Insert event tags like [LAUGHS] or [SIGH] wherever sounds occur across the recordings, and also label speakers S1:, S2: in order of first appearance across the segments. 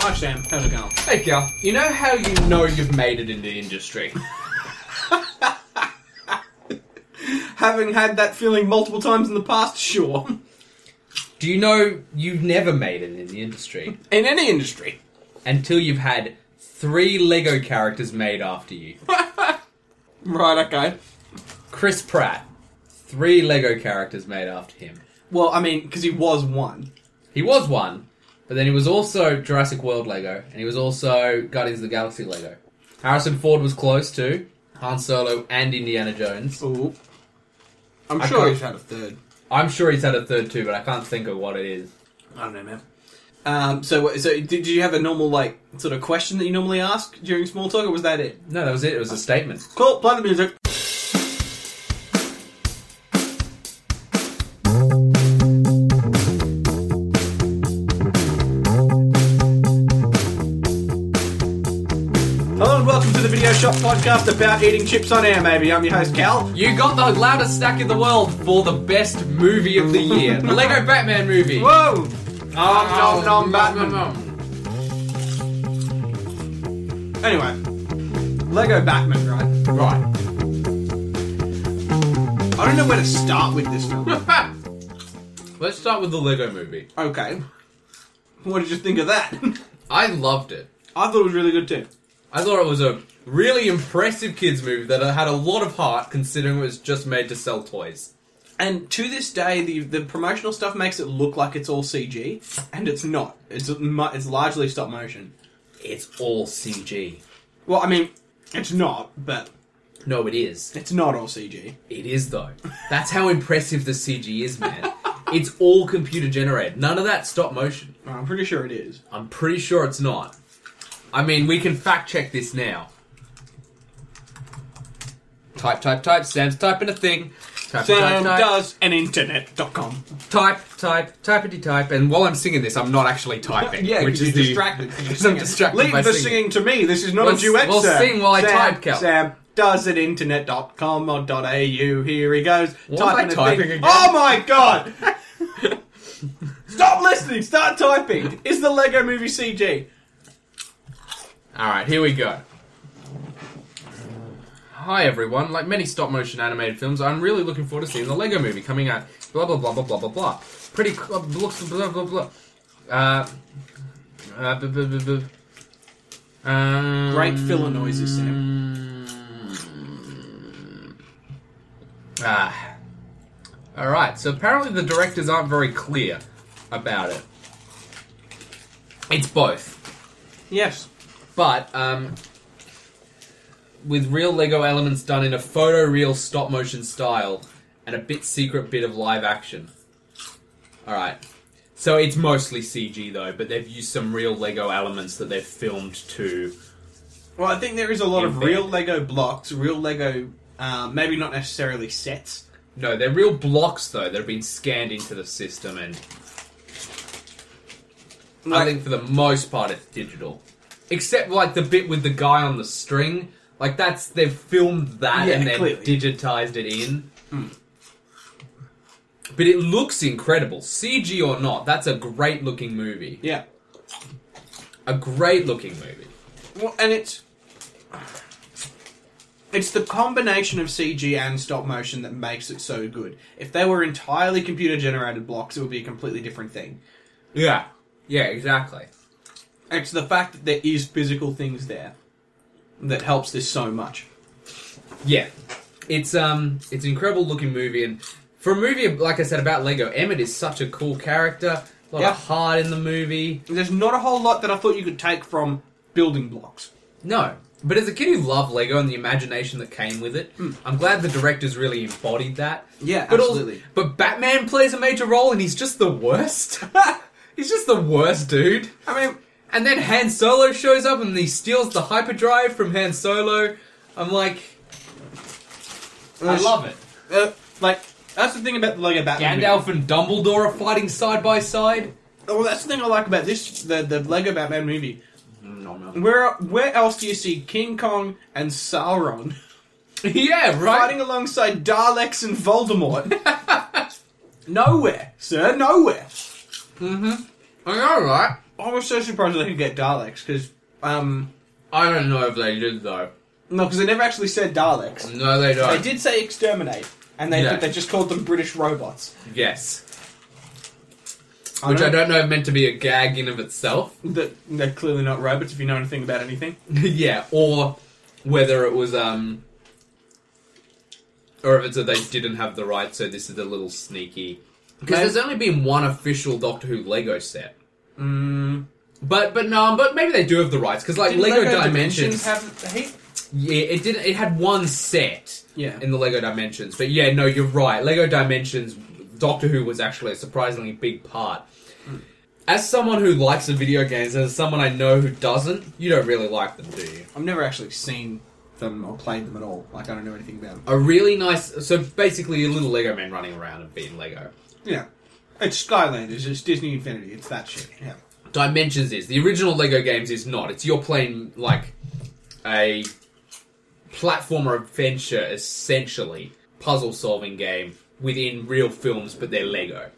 S1: Hi Sam, how's it going?
S2: Hey Gal, you know how you know you've made it in the industry?
S1: Having had that feeling multiple times in the past, sure.
S2: Do you know you've never made it in the industry
S1: In any industry.
S2: until you've had three Lego characters made after you? [LAUGHS]
S1: Right, okay.
S2: Chris Pratt, three Lego characters made after him.
S1: Well, I mean, because he was one.
S2: He was one, but then he was also Jurassic World Lego, and he was also Guardians of the Galaxy Lego. Harrison Ford was close to Han Solo and Indiana Jones.
S1: Ooh. I'm
S2: I
S1: sure
S2: can't-
S1: he's had a third.
S2: I'm sure he's had a third too, but I can't think of what it is.
S1: I don't know, man. Um, so, what- so did did you have a normal like sort of question that you normally ask during small talk, or was that it?
S2: No, that was it. It was a statement.
S1: Cool. Play the music. Hello and welcome to the Video Shop Podcast about eating chips on air. Maybe I'm your host Cal.
S2: You got the loudest stack in the world for the best movie of the year, the Lego Batman movie.
S1: Whoa! Nom
S2: Oh,
S1: nom nom Batman.
S2: nom.
S1: Anyway, Lego Batman, right?
S2: Right.
S1: I don't know where to start with this film. [LAUGHS]
S2: Ha! Let's start with the Lego movie.
S1: okay. What did you think of that? [LAUGHS]
S2: I loved it.
S1: I thought it was really good too.
S2: I thought it was a really impressive kids movie that had a lot of heart, considering it was just made to sell toys.
S1: And to this day, the the promotional stuff makes it look like it's all CG, and it's not. It's mu- it's largely stop motion.
S2: It's all CG.
S1: Well, I mean, it's not, but
S2: No, it is.
S1: it's not all CG.
S2: It is though. That's how impressive the CG is, man. it's all computer generated. None of that stop motion.
S1: I'm pretty sure it is.
S2: I'm pretty sure it's not. I mean, we can fact check this now. Type, type, type. Sam's typing a thing. Type,
S1: Sam
S2: type, type,
S1: does an internet.com.
S2: type, type, typity type. And while I'm singing this, I'm not actually
S1: [LAUGHS]
S2: typing.
S1: Yeah,
S2: which
S1: because you're
S2: is the,
S1: distracted.
S2: [LAUGHS]
S1: 'cause you're
S2: because I'm
S1: singing.
S2: distracted
S1: Leave
S2: by
S1: the singing
S2: singing.
S1: to me. This is not
S2: Well,
S1: a duet,
S2: well,
S1: sir.
S2: sing while I
S1: Sam,
S2: type, Cal.
S1: Sam does an internet.com or .au. Here he goes.
S2: What am I
S1: in a
S2: typing
S1: thing.
S2: again?
S1: Oh my
S2: [LAUGHS]
S1: god! Stop listening. Start typing. Is the Lego Movie CG?
S2: All right, here we go. Hi everyone. Like many stop motion animated films, I'm really looking forward to seeing the Lego Movie coming out. Blah blah blah blah blah blah blah. Pretty cool. Looks blah blah blah. Uh, uh, b- b- b- b- um,
S1: Great filler noises,
S2: um, Ah. All right. So apparently the directors aren't very clear about it. It's both.
S1: Yes.
S2: But um, with real Lego elements done in a photoreal stop motion style and a bit secret bit of live action. Alright. So it's mostly CG though, but they've used some real Lego elements that they've filmed to.
S1: Well, I think there is a lot of
S2: In bed.
S1: real Lego blocks, real Lego, um, maybe not necessarily sets.
S2: No, they're real blocks though that have been scanned into the system, and I
S1: Like-
S2: think for the most part it's digital. Except like the bit with the guy on the string, like that's they've filmed that
S1: Yeah,
S2: and then
S1: clearly. Hmm.
S2: digitized it in. But it looks incredible, CG or not. That's a great looking movie.
S1: Yeah.
S2: A great looking movie.
S1: Well, and it's it's the combination of CG and stop motion that makes it so good. If they were entirely computer generated blocks, it would be a completely different thing.
S2: Yeah, yeah, exactly.
S1: It's the fact that there is physical things there that helps this so much.
S2: Yeah, it's um, it's an incredible looking movie, and for a movie like I said about Lego, Emmett is such a cool character. A lot
S1: Yeah.
S2: of heart in the movie.
S1: There's not a whole lot that I thought you could take from building blocks.
S2: No, but as a kid who loved Lego and the imagination that came with it, I'm glad the directors really embodied that.
S1: Hmm. Yeah,
S2: but also-
S1: absolutely.
S2: but Batman plays a major role, and he's just
S1: [LAUGHS]
S2: the worst. he's just the worst dude.
S1: I mean,
S2: And then Han Solo shows up, and he steals the hyperdrive from Han Solo. I'm like, I love it.
S1: Uh, like that's the thing about the Lego Batman. movie.
S2: Gandalf and Dumbledore are fighting side by side.
S1: Well, that's the thing I like about this the the Lego Batman movie. Mm,
S2: No, no.
S1: Where where else do you see King Kong and Sauron
S2: [LAUGHS] yeah, right.
S1: fighting alongside Daleks and Voldemort? [LAUGHS] nowhere, sir, nowhere.
S2: I know, right?
S1: I was so surprised they could get Daleks because um
S2: I don't know if they did though.
S1: no because they never actually said Daleks.
S2: No, they don't.
S1: They did say exterminate, and they
S2: Yeah.
S1: but they just called them British robots,
S2: Yes, which I don't know if meant to be a gag in of itself.
S1: That they're clearly not robots if you know anything about anything.
S2: [LAUGHS] yeah, or whether it was um, or if it's that they didn't have the right, so this is a little sneaky. Because
S1: Maybe-
S2: there's only been one official Doctor Who Lego set.
S1: Mm,
S2: But but no, but maybe they do have the rights because like
S1: didn't
S2: Lego, Dimensions,
S1: have the heat.
S2: yeah, it did. It had one set
S1: Yeah.
S2: in the Lego Dimensions, but yeah, no, you're right. Lego Dimensions, Doctor Who was actually a surprisingly big part.
S1: Hmm.
S2: As someone who likes the video games, and as someone I know who doesn't, you don't really like them, do you?
S1: I've never actually seen them or played them at all. Like I don't know anything about them.
S2: A really nice, so basically, a little Lego man running around and being Lego.
S1: Yeah, it's Skylanders. It's Disney Infinity. It's that shit. Yeah.
S2: Dimensions is. The original Lego games is not. It's you're playing like a platformer adventure, essentially puzzle solving game within real films, but they're Lego.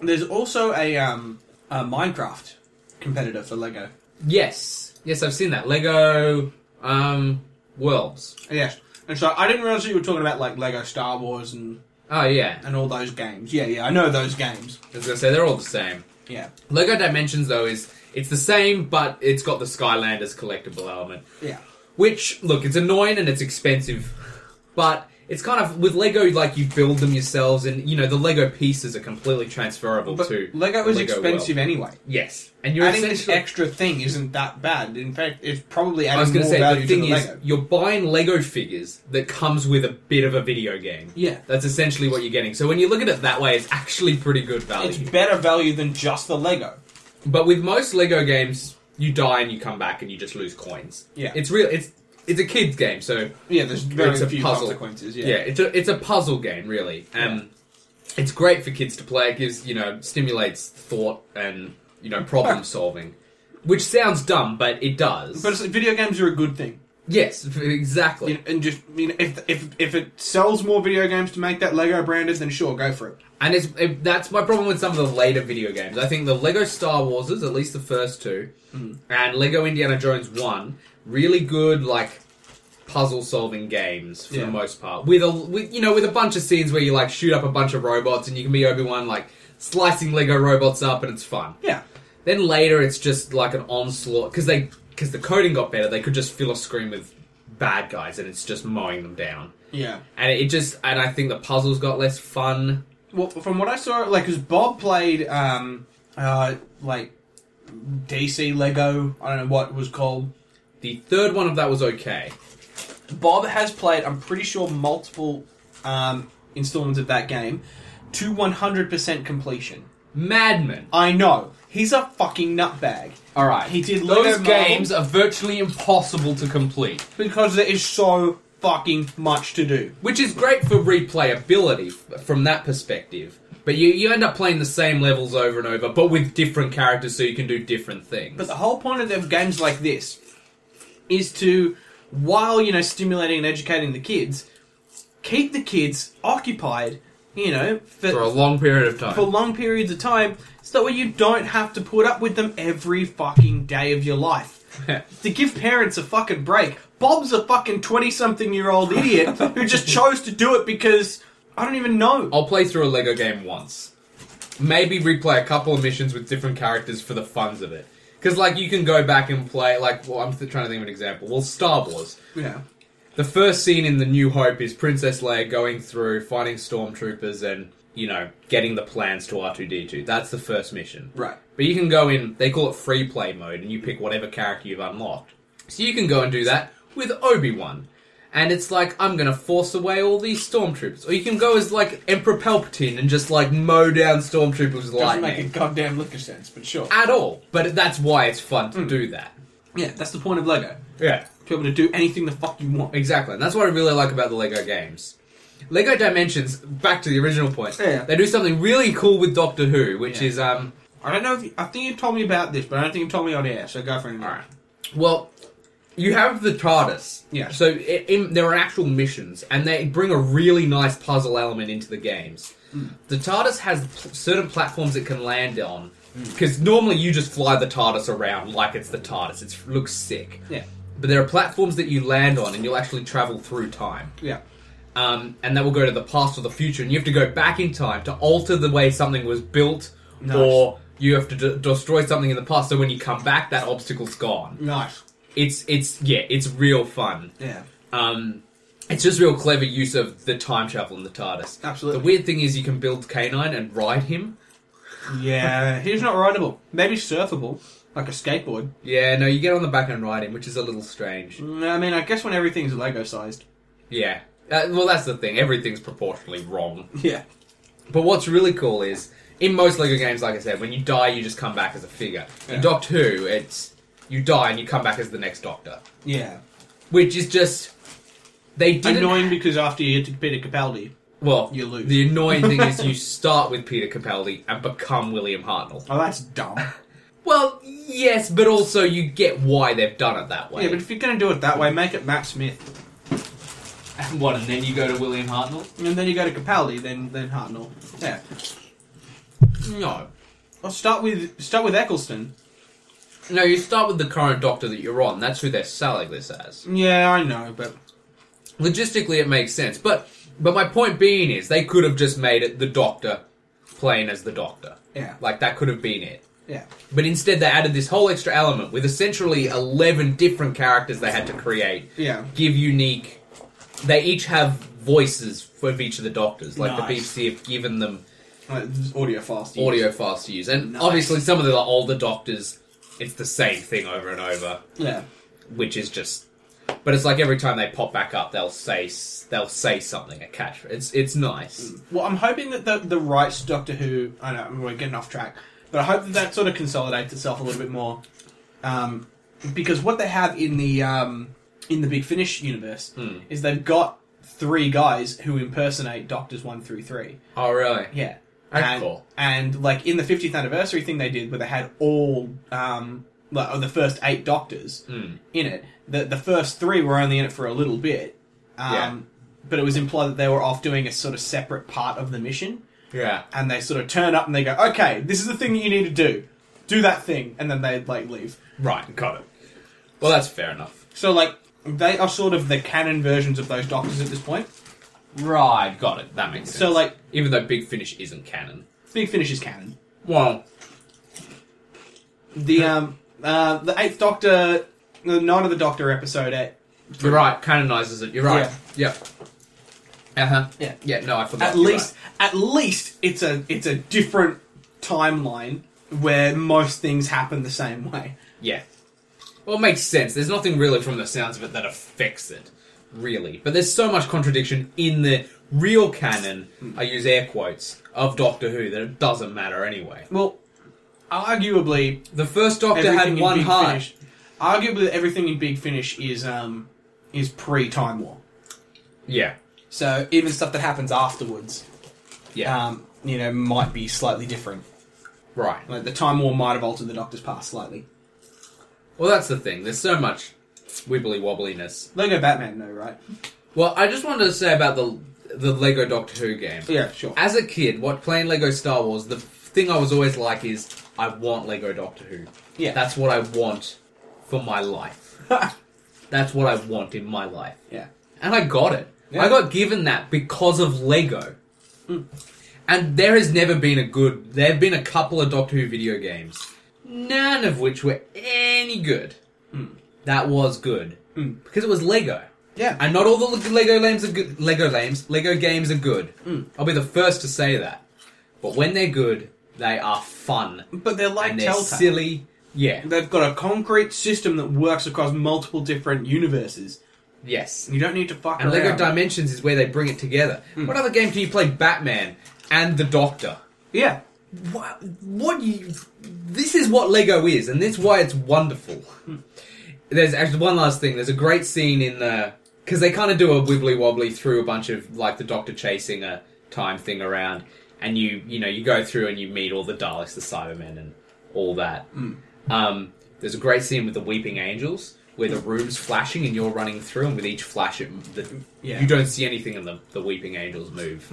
S1: There's also a um a Minecraft competitor for Lego.
S2: Yes, yes, I've seen that Lego um, worlds.
S1: Yes. And so I didn't realize that you were talking about like Lego Star Wars and
S2: Oh yeah,
S1: and all those games. Yeah, yeah, I know those games.
S2: I was gonna say they're all the same.
S1: Yeah.
S2: Lego Dimensions though is it's the same, but it's got the Skylanders collectible element.
S1: Yeah.
S2: Which, look, it's annoying and it's expensive, but it's kind of with Lego like you build them yourselves, and you know the Lego pieces are completely transferable
S1: But
S2: to
S1: Lego
S2: the
S1: is
S2: Lego
S1: expensive
S2: world.
S1: anyway.
S2: Yes, and you're
S1: adding this
S2: essentially.
S1: extra thing isn't that bad. In fact, it's probably
S2: I was
S1: adding
S2: going
S1: more
S2: to say
S1: value
S2: the thing
S1: to the
S2: is
S1: Lego.
S2: you're buying Lego figures that comes with a bit of a video game.
S1: Yeah.
S2: that's essentially what you're getting. So when you look at it that way, it's actually pretty good value.
S1: It's better value than just the Lego.
S2: But with most Lego games, you die and you come back and you just lose coins.
S1: Yeah.
S2: it's real. It's it's a kids game, so
S1: Yeah, there's very
S2: It's a
S1: few
S2: puzzle.
S1: consequences.
S2: yeah,
S1: Yeah.
S2: it's a it's a puzzle game really, and
S1: Yeah.
S2: it's great for kids to play. It gives you know stimulates thought and you know problem solving, which sounds dumb, but it does.
S1: But it's, like, video games are a good thing.
S2: yes, f- exactly.
S1: You know, and just you know, if if if it sells more video games to make that Lego branded, then sure, go for it.
S2: And it's it, that's my problem with some of the later video games. I think the Lego Star Warses, at least the first two, and Lego Indiana Jones one, really good like puzzle solving games for
S1: Yeah.
S2: the most part. With a with, you know with a bunch of scenes where you like shoot up a bunch of robots and you can be Obi Wan like slicing Lego robots up and it's fun.
S1: Yeah.
S2: Then later it's just like an onslaught because they because the coding got better. They could just fill a screen with bad guys and it's just mowing them down.
S1: Yeah.
S2: And it just and I think the puzzles got less fun.
S1: Well, from what I saw, like, because Bob played, um, uh, like, DC Lego, I don't know what it was called.
S2: The third one of that was okay.
S1: Bob has played, I'm pretty sure, multiple um, installments of that game to 100% completion.
S2: Madman.
S1: I know. He's a fucking nutbag.
S2: All right.
S1: He did Lego
S2: Those
S1: Marvel.
S2: games are virtually impossible to complete,
S1: Because there is so fucking much to do.
S2: which is great for replayability f- from that perspective. But you, you end up playing the same levels over and over, but with different characters, so you can do different things.
S1: But the whole point of them games like this is to, while you know, stimulating and educating the kids, keep the kids occupied. You know,
S2: for a long period of
S1: for
S2: time.
S1: long periods of time, so that way you don't have to put up with them every fucking day of your life. to give parents a fucking break. Bob's a fucking twenty-something-year-old idiot who just chose to do it because I don't even know.
S2: [LAUGHS] I'll play through a Lego game once. Maybe replay a couple of missions with different characters for the funs of it. Because, like, you can go back and play, like, well, I'm th- trying to think of an example. Well, Star Wars.
S1: Yeah,
S2: The first scene in The New Hope is Princess Leia going through, fighting stormtroopers, and, you know, getting the plans to R2D2. That's the first mission.
S1: right.
S2: But you can go in, they call it free play mode, and you pick whatever character you've unlocked. So you can go and do that with Obi Wan. And it's like, I'm gonna force away all these stormtroopers. Or you can go as, like, Emperor Palpatine and just, like, mow down stormtroopers with
S1: Doesn't
S2: lightning.
S1: make a goddamn lick of sense, but sure.
S2: At all. But that's why it's fun
S1: Hmm.
S2: to do that.
S1: Yeah, that's the point of Lego.
S2: Yeah.
S1: To be able to do anything the fuck you want.
S2: Exactly, and that's what I really like about the Lego games. Lego Dimensions, back to the original point,
S1: Yeah.
S2: they do something really cool with Doctor Who, which
S1: Yeah.
S2: is um,
S1: I don't know if you, I think you told me about this, but I don't think you told me on air. So go for it.
S2: all right. Well, you have the TARDIS,
S1: Yeah.
S2: So i in, there are actual missions, and they bring a really nice
S1: Hmm.
S2: puzzle element into the games. The TARDIS has pl- certain platforms it can land on Because normally you just fly the TARDIS around like it's the TARDIS. It looks sick.
S1: Yeah.
S2: But there are platforms that you land on and you'll actually travel through time.
S1: Yeah.
S2: Um, and that will go to the past or the future. And you have to go back in time to alter the way something was built
S1: Nice.
S2: or you have to d- destroy something in the past. So when you come back, that obstacle's gone.
S1: Nice.
S2: It's, it's, yeah, it's real fun.
S1: Yeah.
S2: Um, it's just real clever use of the time travel in the TARDIS.
S1: Absolutely.
S2: The weird thing is you can build Canine and ride him.
S1: Yeah. He's not rideable. Maybe surfable, like a skateboard.
S2: Yeah, no, you get on the back and ride him, which is a little strange.
S1: Mm, I mean, I guess when everything's Lego sized.
S2: Yeah. Uh, well, that's the thing. Everything's proportionally wrong.
S1: Yeah.
S2: But what's really cool is in most Lego games, like I said, when you die, you just come back as a figure.
S1: Yeah.
S2: In Doctor Who, it's you die and you come back as the next Doctor,
S1: Yeah.
S2: which is just they didn't.
S1: Annoying because after you hit Peter Capaldi.
S2: Well,
S1: You lose.
S2: The annoying thing [LAUGHS] is you start with Peter Capaldi and become William Hartnell.
S1: Oh, that's [LAUGHS] dumb.
S2: Well, yes, but also you get why they've done it that way.
S1: yeah, but if you're going to do it that way, make it Matt Smith.
S2: and [LAUGHS] what? And then you go to William Hartnell?
S1: And then you go to Capaldi, then then Hartnell. Yeah.
S2: No,
S1: I'll start with start with Eccleston.
S2: no. You start with the current Doctor that you're on. That's who they're selling this as.
S1: Yeah, I know, but
S2: logistically it makes sense but but my point being is they could have just made it the doctor playing as the doctor
S1: yeah,
S2: like that could have been it
S1: yeah,
S2: but instead they added this whole extra element with essentially 11 different characters they had to create
S1: yeah.
S2: give unique they each have voices of each of the doctors like the
S1: Nice.
S2: bbc have given them
S1: Like, this is audio fast. use.
S2: audio files to use and
S1: Nice.
S2: obviously some of the older doctors it's the same thing over and over
S1: Yeah,
S2: which is just but it's like every time they pop back up they'll say s- they'll say something a catchphrase it's it's nice
S1: Well, I'm hoping that the the rights to Doctor Who. I know we're getting off track, but I hope that that sort of consolidates itself a little bit more, um, because what they have in the um, in the Big Finish universe is they've got three guys who impersonate Doctors one through three.
S2: oh really
S1: Yeah.
S2: That's
S1: and,
S2: cool.
S1: And like in the 50th anniversary thing they did, where they had all um, like, oh, the first eight Doctors
S2: Hmm.
S1: in it. The the first three were only in it for a little bit, um,
S2: Yeah.
S1: but it was implied that they were off doing a sort of separate part of the mission,
S2: yeah
S1: and they sort of turn up and they go, "Okay, this is the thing that you need to do. Do that thing," and then they like leave.
S2: right got it well that's fair enough
S1: So like they are sort of the canon versions of those Doctors at this point.
S2: right got it that makes sense
S1: So like
S2: even though big finish isn't canon
S1: Big Finish is canon.
S2: well
S1: The um uh the Eighth Doctor, the Night of the Doctor episode at
S2: you're right canonizes it you're right yep uh-huh
S1: Yeah.
S2: yeah no i forgot
S1: at
S2: You're
S1: least at least it's a it's a different timeline where most things happen the same way.
S2: right. yeah well it makes sense there's nothing really from the sounds of it that affects it really but there's so much contradiction in the real canon i use air quotes of doctor who that it doesn't matter anyway
S1: Well, arguably
S2: The first Doctor
S1: everything
S2: had one
S1: in Big
S2: heart.
S1: Finish. Arguably, everything in Big Finish is um is pre Time War.
S2: Yeah,
S1: So even stuff that happens afterwards,
S2: yeah,
S1: um, you know, might be slightly different.
S2: right.
S1: Like the Time War might have altered the Doctor's past slightly.
S2: Well, that's the thing. There's so much wibbly wobbliness.
S1: Lego Batman, no, right?
S2: Well, I just wanted to say about the the Lego Doctor Who game.
S1: Yeah, sure.
S2: As a kid, what playing Lego Star Wars, the thing I was always like is, I want Lego Doctor Who.
S1: Yeah. [LAUGHS]
S2: that's what I want for my life. that's what I want in my life.
S1: Yeah.
S2: And I got it.
S1: Yeah.
S2: I got given that because of Lego. And there has never been a good. There have been a couple of Doctor Who video games, none of which were any good. That was good because it was Lego.
S1: Yeah.
S2: And not all the Lego games are good. Lego games, Lego games are good. I'll be the first to say that. But when they're good, they are fun
S1: But they're like
S2: and they're
S1: Telltale.
S2: silly. Yeah.
S1: They've got a concrete system that works across multiple different universes.
S2: Yes.
S1: You don't need to fuck
S2: And
S1: around. Hmm.
S2: Lego Dimensions is where they bring it together. What other game can you play Batman and the Doctor?
S1: yeah.
S2: What, what you, this is what Lego is, and that's why it's wonderful. There's actually one last thing. There's a great scene in the because they kind of do a wibbly wobbly through a bunch of like the Doctor chasing a time thing around, and you you know you go through and you meet all the Daleks, the Cybermen, and all that. Um, there's a great scene with the Weeping Angels where the room's flashing and you're running through, and with each flash, it, the,
S1: Yeah.
S2: you don't see anything, and the, the Weeping Angels move.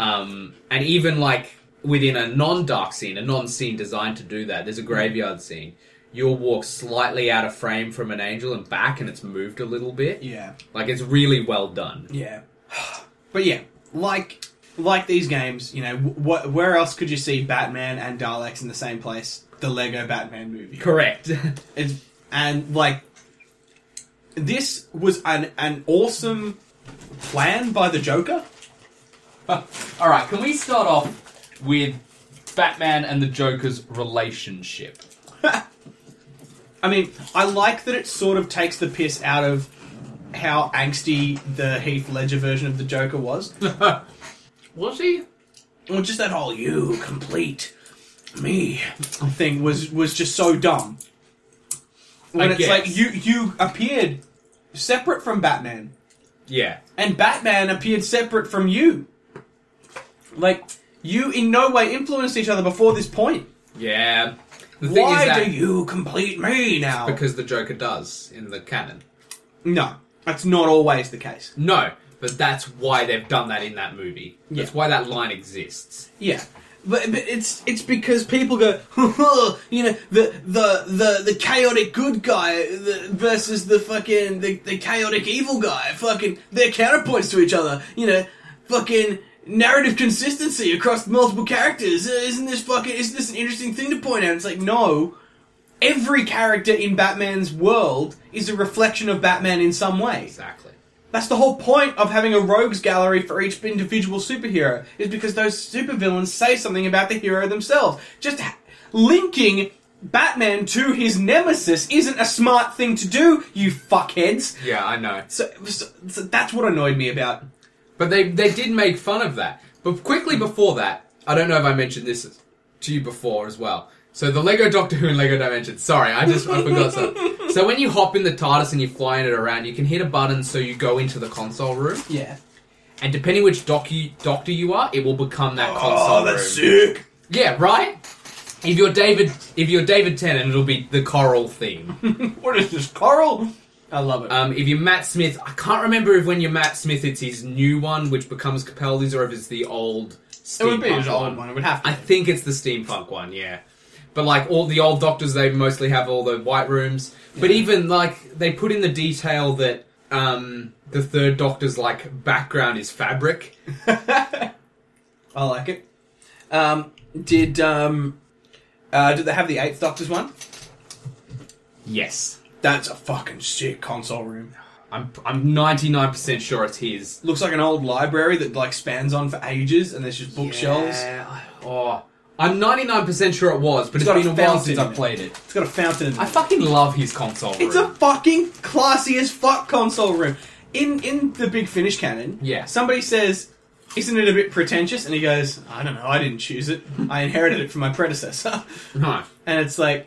S2: Um, and even like within a non-dark scene, a non-scene designed to do that. There's a graveyard scene. You'll walk slightly out of frame from an angel and back, and it's moved a little bit.
S1: Yeah.
S2: Like it's really well done.
S1: Yeah, [SIGHS] but yeah, like like these games, you know, wh- wh- where else could you see Batman and Daleks in the same place? The Lego Batman movie,
S2: Correct. [LAUGHS]
S1: it's, and like this was an an awesome plan by the Joker.
S2: All right, can we start off with Batman and the Joker's relationship?
S1: I mean, I like that it sort of takes the piss out of how angsty the Heath Ledger version of the Joker was.
S2: Was he?
S1: Well, just that whole "you complete me" thing was was just so dumb. When
S2: I
S1: it's
S2: guess.
S1: like you you appeared separate from Batman,
S2: Yeah.
S1: and Batman appeared separate from you. Like you in no way influenced each other before this point.
S2: Yeah. The thing is
S1: Why
S2: that
S1: do you complete me now?
S2: because the Joker does in the canon.
S1: no, that's not always the case.
S2: No, but that's why they've done that in that movie. That's
S1: Yeah.
S2: why that line exists.
S1: Yeah. But, but it's it's because people go, [LAUGHS] you know, the the the, the chaotic good guy the, versus the fucking the, the chaotic evil guy. Fucking they're counterpoints to each other. You know, fucking narrative consistency across multiple characters. Uh, Isn't this fucking isn't this an interesting thing to point out? It's like no, every character in Batman's world is a reflection of Batman in some way.
S2: Exactly.
S1: That's the whole point of having a rogues gallery for each individual superhero, is because those supervillains say something about the hero themselves. Just ha- linking Batman to his nemesis isn't a smart thing to do, you fuckheads.
S2: Yeah, I know.
S1: So, so, so that's what annoyed me about.
S2: But they they did make fun of that. But quickly before that, I don't know if I mentioned this to you before as well. So the Lego Doctor Who and Lego Dimensions. Sorry, I just I forgot something. So when you hop in the TARDIS and you're flying it around, you can hit a button so you go into the console room,
S1: Yeah.
S2: and depending which doc you, doctor you are, it will become that console
S1: Oh, that's
S2: room.
S1: sick.
S2: Yeah, right. If you're David, if you're David Tennant, it'll be the coral theme.
S1: [LAUGHS] What is this, coral? I love it.
S2: Um, if you're Matt Smith, I can't remember if when you're Matt Smith, it's his new one which becomes Capaldi's, or if it's the old.
S1: it would be
S2: steampunk
S1: an old one. It would have to.
S2: I think it's the steampunk one, yeah. But like all the old doctors, they mostly have all the white rooms. But even like they put in the detail that um, the third doctor's like background is fabric.
S1: I like it. Um, did um, uh, did they have the Eighth Doctor's one?
S2: Yes,
S1: That's a fucking sick console room.
S2: I'm I'm 99% sure it's his.
S1: looks like an old library that like spans on for ages and there's just bookshelves.
S2: Yeah. Oh, I'm 99% sure it was, but
S1: It's
S2: it's
S1: got
S2: been
S1: a
S2: a while
S1: fountain
S2: since
S1: in
S2: I
S1: it.
S2: played it.
S1: It's got a fountain in it.
S2: I fucking love his console.
S1: it's
S2: room.
S1: a fucking classy as fuck console room. In in the Big Finish canon,
S2: Yeah.
S1: somebody says, Isn't it a bit pretentious? And he goes, I don't know, I didn't choose it. I inherited it from my predecessor. [LAUGHS]
S2: No.
S1: and it's like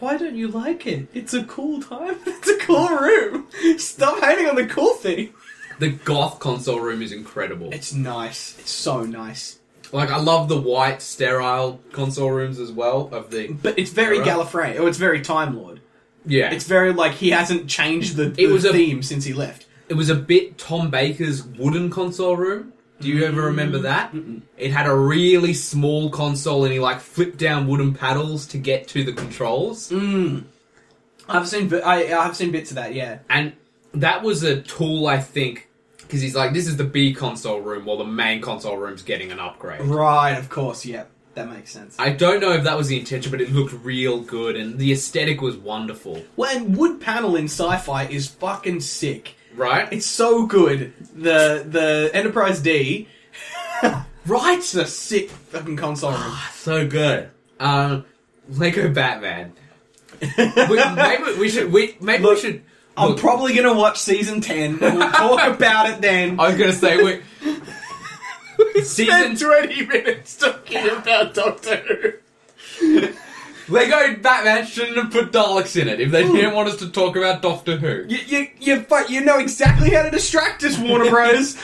S1: why don't you like it? It's a cool time. [LAUGHS] It's a cool room. Stop hating on the cool thing.
S2: The goth console room is incredible.
S1: It's nice. It's so nice.
S2: Like I love the white sterile console rooms as well of the
S1: But it's very
S2: Alright.
S1: Gallifrey. Oh, it's very Time Lord.
S2: yeah.
S1: It's very like he hasn't changed the, the
S2: was a-
S1: theme since he left.
S2: it was a bit Tom Baker's wooden console room. Do you ever remember that? It had a really small console and he like flipped down wooden paddles to get to the controls.
S1: I've seen bi- I I've seen bits of that. Yeah,
S2: And that was a tool I think because he's like this is the B console room while the main console room's getting an upgrade.
S1: right. Of course. Yeah, that makes sense.
S2: I don't know if that was the intention, but it looked real good and the aesthetic was wonderful.
S1: Well, and wood panel in sci-fi is fucking sick.
S2: Right?
S1: It's so good. The the Enterprise D. [LAUGHS]
S2: right.
S1: It's a sick fucking console room.
S2: [SIGHS] So good. Um, Lego Batman.
S1: [LAUGHS]
S2: we, maybe we should. We maybe
S1: Look,
S2: we should.
S1: I'm
S2: look,
S1: probably gonna watch season ten. and We'll talk about it then.
S2: [LAUGHS] I was gonna say
S1: [LAUGHS]
S2: we.
S1: Spend
S2: season
S1: twenty minutes talking about Doctor Who.
S2: Lego Batman shouldn't have put Daleks in it if they didn't want us to talk about Doctor Who.
S1: You you you, fu- you know exactly how to distract us, Warner Bros.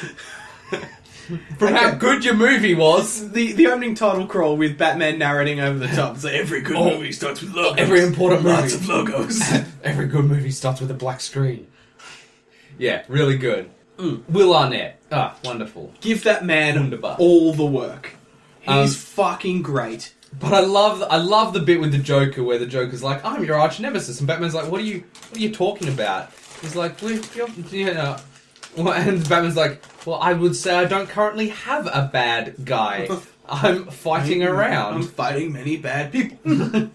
S2: From how
S1: okay.
S2: good your
S1: [LAUGHS]
S2: movie was.
S1: The the opening title crawl with Batman narrating over the [LAUGHS] top. It's like every good
S2: Oh.
S1: movie starts with logos.
S2: Every important
S1: lots
S2: movie.
S1: of logos.
S2: Every good movie starts with a black screen. Yeah, really good. Will Arnett. Ah, wonderful.
S1: [LAUGHS] Give that man
S2: Wunderbar.
S1: all the work.
S2: Um,
S1: He's fucking great.
S2: But I love I love the bit with the Joker where the Joker's like, "I'm your arch nemesis," and Batman's like, "What are you What are you talking about?" He's like, "Well, you're, you know," Well, and Batman's like, "Well, I would say I don't currently have a bad
S1: [LAUGHS]
S2: guy. I'm fighting
S1: Mm-hmm. I'm
S2: around.
S1: fighting many bad people.
S2: [LAUGHS]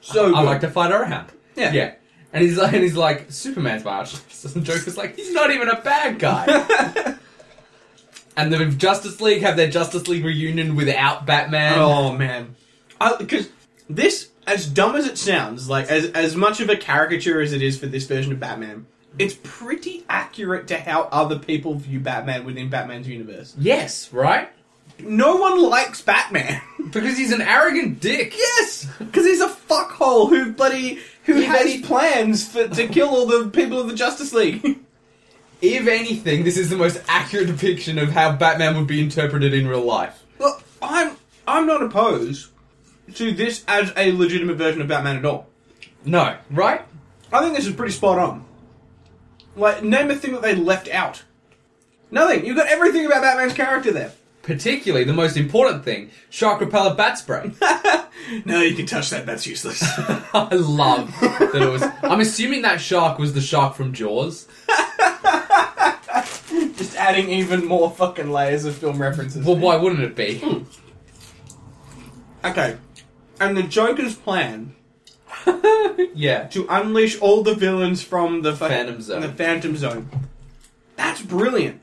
S1: so
S2: I
S1: good.
S2: like to fight around."
S1: Yeah.
S2: yeah. And he's like, and he's like, "Superman's my arch nemesis," and Joker's like, "He's not even a bad guy."
S1: [LAUGHS]
S2: and the Justice League have their Justice League reunion without Batman.
S1: Oh man, because this, as dumb as it sounds, like as as much of a caricature as it is for this version of Batman, it's pretty accurate to how other people view Batman within Batman's universe.
S2: Yes, right.
S1: No one likes Batman. [LAUGHS]
S2: Because he's an arrogant dick.
S1: yes, because he's a fuckhole who bloody who
S2: He
S1: has
S2: made-
S1: plans for to kill all the people of the Justice [LAUGHS] League.
S2: If anything, this is the most accurate depiction of how Batman would be interpreted in real life.
S1: Look, I'm I'm not opposed to this as a legitimate version of Batman at all.
S2: No, right?
S1: I think this is pretty spot on. Like, name a thing that they left out. Nothing. You've got everything about Batman's character there.
S2: Particularly the most important thing, shark repellent bat spray. [LAUGHS]
S1: No, you can touch that. That's [LAUGHS] useless.
S2: I love that it was I'm assuming that shark was the shark from Jaws.
S1: Just adding even more fucking layers of film references.
S2: Well why wouldn't it [LAUGHS] be?
S1: okay. And the Joker's plan
S2: yeah.
S1: to unleash all the villains from the fuck-
S2: Phantom Zone.
S1: The Phantom Zone. That's brilliant.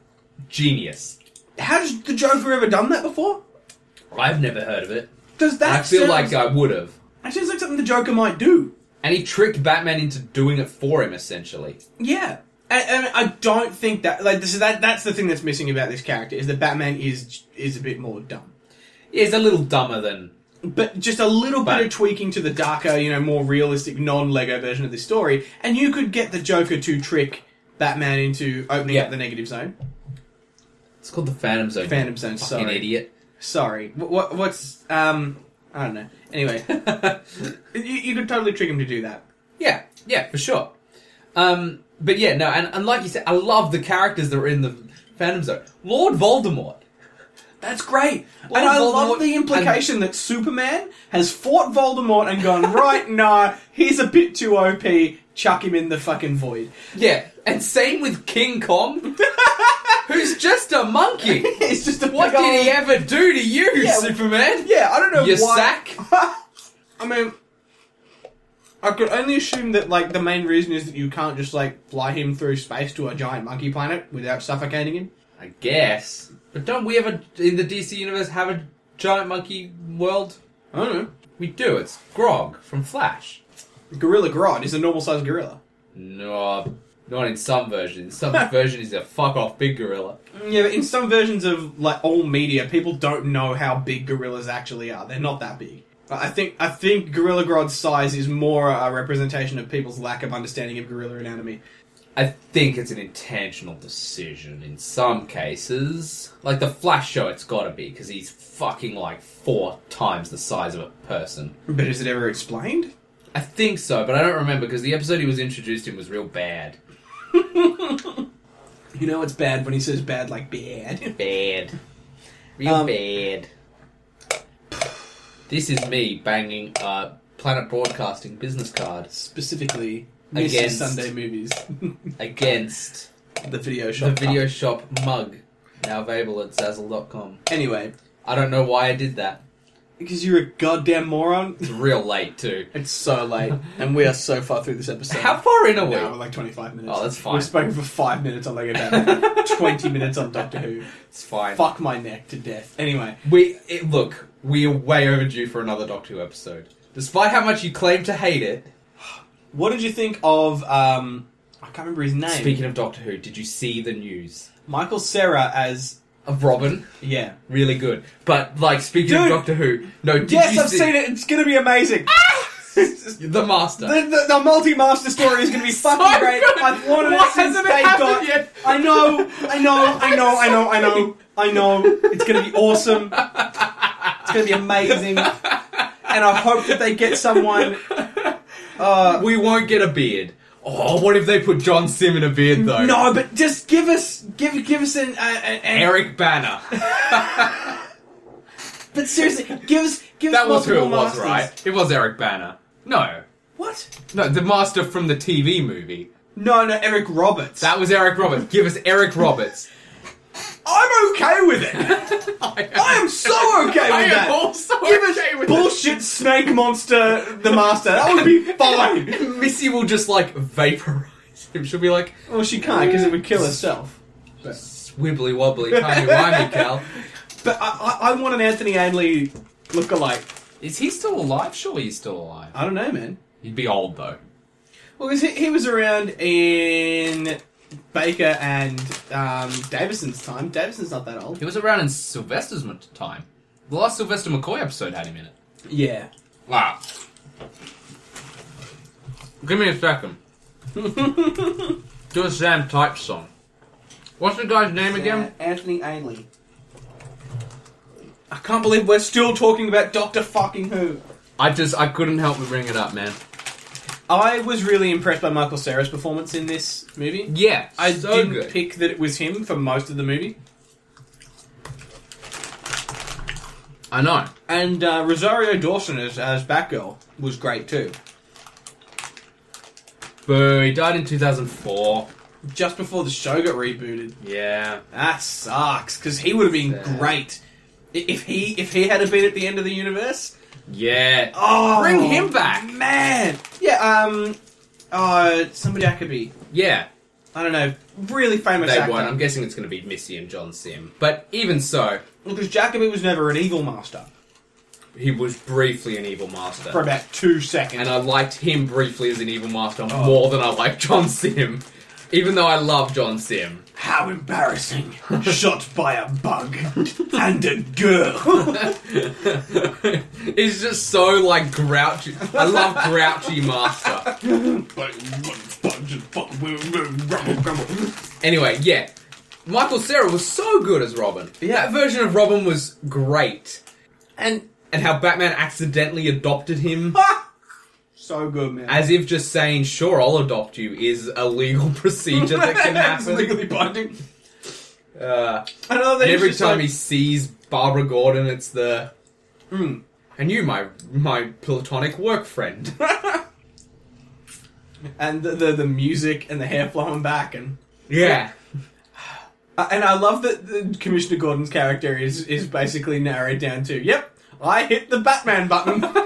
S2: Genius.
S1: Has the Joker ever done that before?
S2: I've never heard of it.
S1: Does that
S2: I feel
S1: sound-
S2: like uh, I would have.
S1: that sounds like something the Joker might do.
S2: And he tricked Batman into doing it for him essentially.
S1: Yeah, and, and I don't think that like this is that that's the thing that's missing about this character is that Batman is is a bit more dumb,
S2: Yeah, he's a little dumber than
S1: but just a little
S2: But-
S1: bit of tweaking to the darker, you know, more realistic non Lego version of this story, and you could get the Joker to trick Batman into opening
S2: Yeah.
S1: up the negative zone.
S2: it's called the Phantom Zone.
S1: Phantom Zone,
S2: Fucking
S1: sorry.
S2: idiot.
S1: Sorry, what what's um I don't know.
S2: [LAUGHS]
S1: Anyway, you, you could totally trick him to do that.
S2: Yeah, yeah, for sure. Um, but yeah, no, and, and like you said, I love the characters that are in the Phantom Zone. Lord Voldemort.
S1: That's great.
S2: Lord
S1: and I
S2: Voldemort-
S1: love the implication that Superman has fought Voldemort and gone, [LAUGHS] right, nah, he's a bit too OP, chuck him in the fucking void. [LAUGHS]
S2: Yeah, and same with King Kong, [LAUGHS] who's just a monkey.
S1: It's just a
S2: What
S1: big
S2: did he
S1: old-
S2: ever do to you,
S1: Yeah.
S2: Superman?
S1: Yeah, I don't know
S2: You
S1: why.
S2: sack.
S1: [LAUGHS] I mean, I could only assume that, like, the main reason is that you can't just, like, fly him through space to a giant monkey planet without suffocating him.
S2: I guess. But don't we ever, in the DC universe, have a giant monkey world?
S1: I don't
S2: We do. It's Grog from Flash.
S1: know. Gorilla Grodd is a normal sized gorilla.
S2: No, not in some
S1: [LAUGHS]
S2: versions. Some version is a fuck off big gorilla.
S1: Mm, Yeah, but in some versions of like all media, people don't know how big gorillas actually are. They're not that big. I I think I think Gorilla Grodd's size is more a representation of people's lack of understanding of gorilla anatomy.
S2: I think it's an intentional decision in some cases. Like the Flash show, it's gotta be, because he's fucking like four times the size of a person.
S1: But is it ever explained?
S2: I think so, but I don't remember, because the episode he was introduced in was real bad.
S1: You know it's bad when he says bad like bad.
S2: Bad. Real
S1: Um,
S2: bad. This is me banging a Planet Broadcasting business card
S1: Specifically, Mr.
S2: Against.
S1: Sunday movies, [LAUGHS]
S2: against
S1: the video
S2: the
S1: shop.
S2: Video Shop mug, now available at Zazzle.com.
S1: Anyway,
S2: I don't know why I did that.
S1: because you're a goddamn moron.
S2: It's real late, too.
S1: It's so late, and we are so far through this episode.
S2: How far in are we?
S1: Now we're like 25 minutes.
S2: Oh, that's fine.
S1: We've spoken for five minutes on Lego
S2: [LAUGHS]
S1: Batman, 20 minutes on Doctor Who.
S2: It's fine.
S1: fuck my neck to death. Anyway,
S2: We it, look, we are way overdue for another Doctor Who episode. Despite how much you claim to hate it.
S1: what did you think of? Um, I can't remember his name.
S2: Speaking of Doctor Who, did you see the news
S1: Michael Sarah as
S2: of Robin?
S1: yeah.
S2: Really good. But like speaking of
S1: Dude!
S2: Doctor Who, no, did
S1: yes,
S2: you
S1: I've
S2: see Ah!
S1: seen it. It's gonna be amazing. the,
S2: The
S1: [LAUGHS]
S2: Master.
S1: the, the multi-master story is gonna be fucking
S2: [LAUGHS] So
S1: great.
S2: good.
S1: I've wanted
S2: Why
S1: it since
S2: hasn't it
S1: day dot.
S2: happened yet?
S1: I know, I know, I know, I know, I know, I know. It's gonna be awesome. It's gonna be amazing. And I hope that they get someone. Uh,
S2: we won't get a beard. Oh, what if they put John Sim in a beard though?
S1: no, but just [LAUGHS] give us, give, give us an, uh, an, an
S2: Eric Banner.
S1: But seriously, give us give us
S2: That was who
S1: multiple
S2: it was,
S1: masters.
S2: right? It was Eric Banner. No.
S1: What?
S2: No, the master from the TV movie.
S1: No, no, Eric Roberts.
S2: That was Eric Roberts. Give us Eric Roberts.
S1: I'm okay with it.
S2: I
S1: I am so okay
S2: [LAUGHS] I
S1: with
S2: am
S1: that.
S2: also
S1: Give us
S2: okay with
S1: bullshit snake monster, the master. That would be fine.
S2: [LAUGHS] it. Missy will just like vaporize him. She'll be like
S1: Well, she can't because it would kill herself.
S2: swibbly wobbly, timey wimey, Cal.
S1: But I, I, I want an Anthony Anley lookalike.
S2: Is he still alive? Surely he's still alive.
S1: I don't know, man.
S2: He'd be old though.
S1: Well, because he, he was around in Baker and um, Davison's time. Davison's not that old.
S2: He was around in Sylvester's m- time. The last Sylvester McCoy episode had him in it.
S1: Yeah.
S2: Wow. Give me a second. Do a Sam Type song. What's the guy's name again?
S1: Anthony Ainley. I can't believe we're still talking about Doctor Fucking Who.
S2: I just I couldn't help but bring it up, man.
S1: I was really impressed by Michael Sarah's performance in this movie.
S2: Yeah,
S1: I
S2: so
S1: didn't
S2: good.
S1: pick that it was him for most of the movie.
S2: I know.
S1: And uh, Rosario Dawson as, as Batgirl was great too.
S2: Boo! He died in 2004.
S1: Just before the show got rebooted.
S2: Yeah.
S1: That sucks, because he would have been
S2: Sad.
S1: great. I- If he if he had have been at the end of the universe.
S2: Yeah.
S1: Oh
S2: Bring him back.
S1: Man. Yeah, um uh somebody I could be.
S2: Yeah.
S1: I don't know, really famous
S2: They
S1: actor.
S2: won. I'm guessing it's going to be Missy and John Sim. But even so,
S1: Because Jacobi was never an evil master
S2: he was briefly an evil master.
S1: for about two seconds.
S2: and I liked him briefly as an evil master
S1: Oh.
S2: more than I like John Sim, even though I love John Sim. [LAUGHS]
S1: How embarrassing! [LAUGHS] Shot by a bug and a girl.
S2: [LAUGHS] He's just so like grouchy. I love grouchy master. Anyway, yeah, Michael Cera was so good as Robin.
S1: Yeah.
S2: That version of Robin was great, and and how Batman accidentally adopted him.
S1: so good, man.
S2: As if just saying, sure, I'll adopt you is a legal [LAUGHS] procedure that
S1: [LAUGHS]
S2: can
S1: It's
S2: happen.
S1: legally binding.
S2: Uh,
S1: I know that
S2: And
S1: he's
S2: every
S1: just
S2: time
S1: like,
S2: he sees Barbara Gordon, it's the.
S1: Mm.
S2: And you, my my platonic work friend.
S1: and the, the the music and the hair flowing back and.
S2: yeah.
S1: Uh, and I love that the Commissioner Gordon's character is is basically narrowed down to, yep, I hit the Batman
S2: [LAUGHS]
S1: button. [LAUGHS]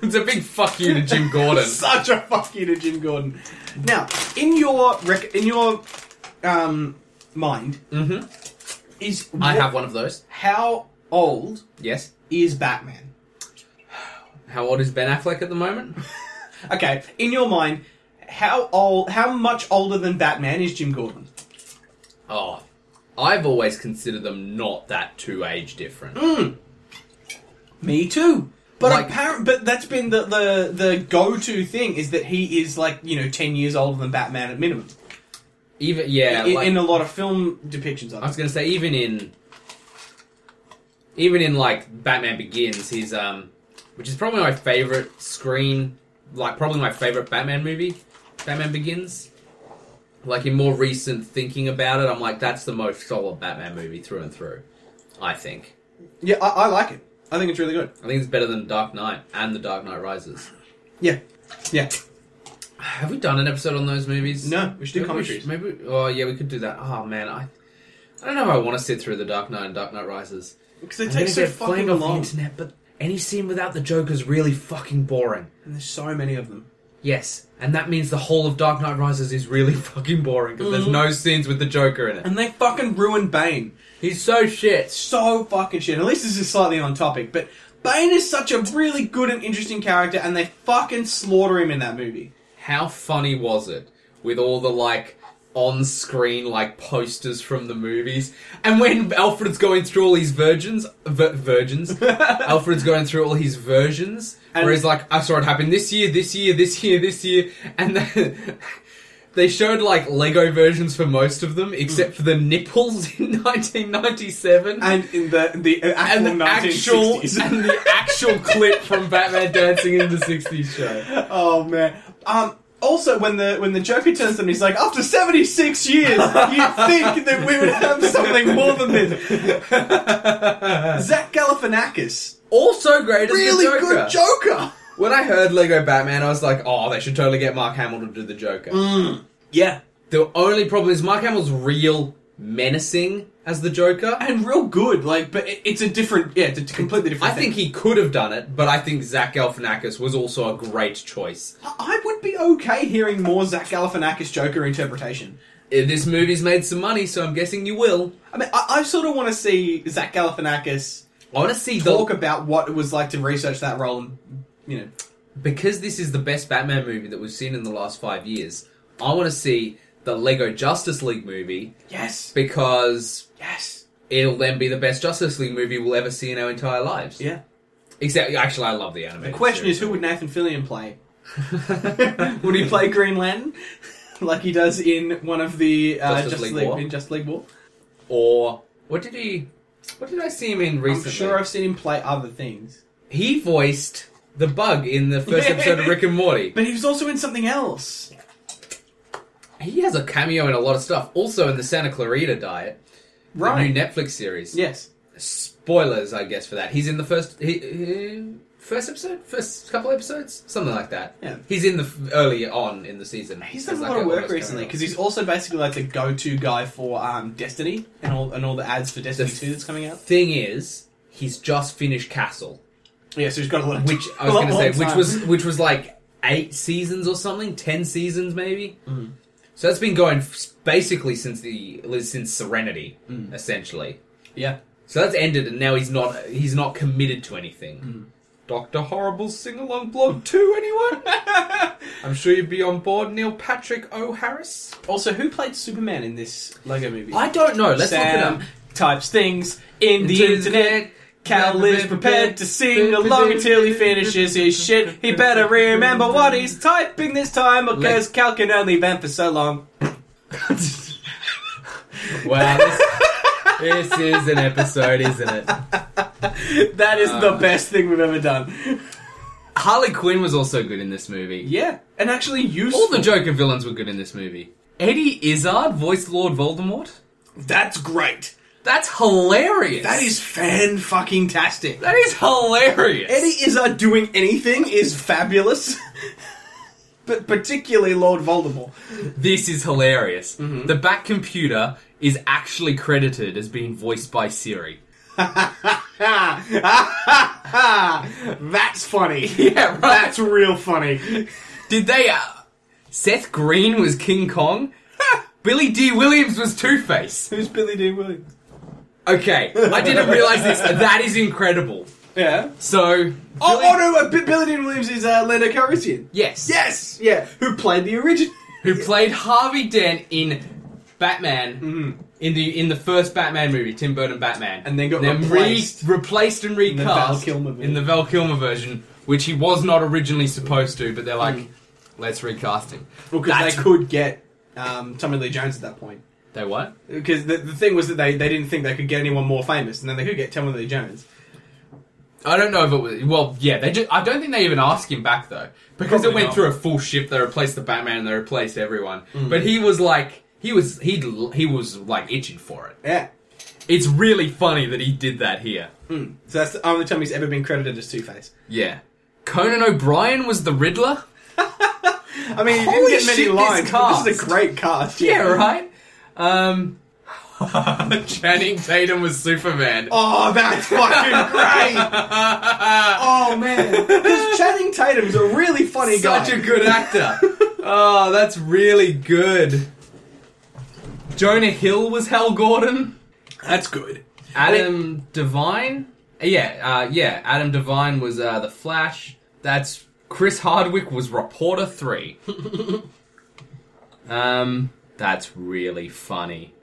S2: It's a big fuck you to Jim Gordon.
S1: Such a fuck you to Jim Gordon. Now, in your rec- in your um, mind
S2: Mhm.
S1: is
S2: I
S1: wha-
S2: have one of those.
S1: how old
S2: Yes.
S1: is Batman?
S2: How old is Ben Affleck at the moment?
S1: Okay, in your mind, how old? How much older than Batman is Jim Gordon?
S2: Oh. I've always considered them not that too age different.
S1: Me too. But
S2: Like-
S1: apparent, but that's been the, the the go-to thing is that he is like you know ten years older than Batman at minimum.
S2: [GASPS] Even yeah,
S1: in,
S2: like,
S1: in a lot of film depictions
S2: I
S1: of
S2: was
S1: it.
S2: gonna say even in even in like Batman Begins, he's um which is probably my favorite screen like probably my favorite Batman movie, Batman Begins. Like in more recent thinking about it, I'm like that's the most solid Batman movie through and through. I think.
S1: Yeah, I, I like it. I think it's really good.
S2: I think it's better than Dark Knight and The Dark Knight Rises.
S1: Yeah, yeah.
S2: Have we done an episode on those movies?
S1: No, we should do
S2: Maybe
S1: commentaries.
S2: should- Maybe. Oh yeah, we could do that. Oh man, I I don't know if I want to sit through The Dark Knight and Dark Knight Rises.
S1: Because it
S2: I'm
S1: takes so
S2: gonna get
S1: fucking
S2: flamed off
S1: long,
S2: the internet, but any scene without the Joker's really fucking boring.
S1: and there's so many of them.
S2: Yes, and that means the whole of Dark Knight Rises is really [LAUGHS] fucking boring because
S1: Mm-hmm.
S2: there's no scenes with the Joker in it.
S1: And they fucking ruined Bane.
S2: He's so shit.
S1: So fucking shit. At least this is slightly on topic, but Bane is such a really good and interesting character, and they fucking slaughter him in that movie.
S2: How funny was it with all the like on-screen like posters from the movies, and when Alfred's going through all his virgins, vir-
S1: [LAUGHS]
S2: virgins, Alfred's going through all his versions,
S1: And-
S2: where he's like, I saw it happen this year, this year, this year, this year, and then. [LAUGHS] They showed like Lego versions for most of them, except for the nipples in [LAUGHS] 1997
S1: And in the the uh,
S2: and
S1: actual
S2: the actual [LAUGHS]
S1: 1960s.
S2: and the actual clip from Batman dancing in the 60s show.
S1: oh man. Um. also when the when the Joker turns to him, he's like, after seventy six years, you'd think that we would have something more than this. Zach Galifianakis,
S2: Also great as
S1: really
S2: the Joker.
S1: good Joker.
S2: When I heard Lego Batman, I was like, oh, they should totally get Mark Hamill to do the Joker.
S1: Mm. Yeah,
S2: The only problem is Mark Hamill's real menacing as the Joker.
S1: and real good. Like, but it, it's a different. Yeah, it's a completely
S2: I
S1: different.
S2: think he could have done it, but I think Zach Galifianakis was also a great choice. Uh,
S1: I- I would be okay hearing more Zach Galifianakis Joker interpretation.
S2: Eh, This movie's made some money, so I'm guessing you will.
S1: I mean, I, I sort of want to see Zach Galifianakis
S2: I want to see the
S1: talk about what it was like to research that role, and you know,
S2: because this is the best Batman movie that we've seen in the last five years. I want to see the Lego Justice League movie
S1: yes,
S2: because
S1: yes,
S2: it'll then be the best Justice League movie we'll ever see in our entire lives.
S1: yeah.
S2: Except, actually, I love the anime.
S1: The question is, who would Nathan Fillion
S2: [LAUGHS]
S1: play? would he play Green Lantern like he does in one of the uh,
S2: Justice
S1: Justice,
S2: League
S1: League,
S2: War?
S1: in Justice League War?
S2: or what did he? What did I see him in recently?
S1: I'm sure I've seen him play other things,
S2: he voiced the bug in the first
S1: [LAUGHS]
S2: episode of Rick and Morty.
S1: but he was also in something else.
S2: He has a cameo in a lot of stuff. Also in the Santa Clarita Diet, the
S1: Right?
S2: new Netflix series.
S1: Yes.
S2: Spoilers, I guess, for that. He's in the first he, he, first episode, first couple episodes, something like that.
S1: Yeah.
S2: He's in the f- early on in the season.
S1: He's done
S2: As
S1: a
S2: like
S1: lot of work
S2: almost
S1: recently
S2: cameo.
S1: because he's also basically like the go-to guy for um, Destiny and all and all the ads for Destiny
S2: The-
S1: Two that's coming out.
S2: thing is, he's just finished Castle.
S1: Yeah, so he's got a lot. Of
S2: which I
S1: a
S2: was
S1: lot
S2: going to
S1: more
S2: say, which
S1: time.
S2: was which was like eight seasons or something, ten seasons maybe. So that's been going f- basically since the since Serenity, essentially.
S1: yeah.
S2: So that's ended, and now he's not he's not committed to anything. Doctor Horrible's sing along blog two, anyone? I'm sure you'd be on board, Neil Patrick O'Harris.
S1: Also, who played Superman in this Lego movie?
S2: I don't know. Let's
S1: Sam
S2: look it up.
S1: types things in the internet. Cal is prepared to sing along until he finishes his shit. He better remember what he's typing this time, because Cal can only vent for so long.
S2: Wow, this, this is an episode, isn't it?
S1: That is the best thing we've ever done.
S2: Harley Quinn was also good in this movie.
S1: Yeah, and actually useful.
S2: All the Joker villains were good in this movie. Eddie Izzard voiced Lord Voldemort.
S1: That's great.
S2: That's hilarious.
S1: That is fan fucking tastic.
S2: that is hilarious.
S1: Eddie Izzard doing anything is fabulous, [LAUGHS] but particularly Lord Voldemort.
S2: This is hilarious.
S1: Mm-hmm.
S2: The back computer is actually credited as being voiced by Siri.
S1: That's [LAUGHS] funny.
S2: Yeah, right.
S1: That's real funny.
S2: Did they? Uh, Seth Green was
S1: [LAUGHS]
S2: King Kong. Billy D. Williams was Two Face.
S1: Who's Billy D. Williams?
S2: Okay, I didn't realize this. That is incredible.
S1: Yeah.
S2: So,
S1: Oh,
S2: Billy-
S1: oh no, uh, B- Billy Dean Williams is uh, Lando Calrissian.
S2: yes,
S1: Yes, yeah. Who played the original?
S2: who played Harvey Dent in Batman in the in the first Batman movie, Tim Burton Batman,
S1: Mm-hmm. And then got
S2: re-
S1: replaced.
S2: replaced and
S1: the Val
S2: recast
S1: Kilmer version.
S2: in the Val Kilmer version, which he was not originally supposed to, but they're like,
S1: Mm.
S2: let's recast him.
S1: Because
S2: That's-
S1: they could get um, Tommy Lee Jones at that point.
S2: They what?
S1: Because the, the thing was that they, they didn't think they could get anyone more famous, and then they could get Tommy Lee Jones.
S2: I don't know if it was. Well, yeah, they. Just, I don't think they even asked him back though, because it
S1: Probably
S2: went
S1: not. Mm.
S2: through a full shift. They replaced the Batman and they replaced everyone, but he was like. He was he he was like itching for it.
S1: Yeah.
S2: It's really funny that he did that here.
S1: Hmm. So that's the only time he's ever been credited as Two Face.
S2: Yeah. Conan O'Brien was the Riddler?
S1: I mean, he
S2: Holy
S1: didn't get many
S2: shit, this
S1: lines. but This is
S2: cast.
S1: a great cast.
S2: Yeah, right? Um.
S1: [LAUGHS]
S2: Channing Tatum was Superman.
S1: Oh, that's fucking great! oh
S2: [LAUGHS]
S1: man, because Channing Tatum's a really funny guy.
S2: Such a good actor. oh, that's really good. Jonah Hill was Hal Gordon.
S1: that's good.
S2: Adam Devine? Yeah, uh, yeah. Adam Devine was uh, The Flash. That's. Chris Hardwick was Reporter 3. [LAUGHS] um. That's really funny.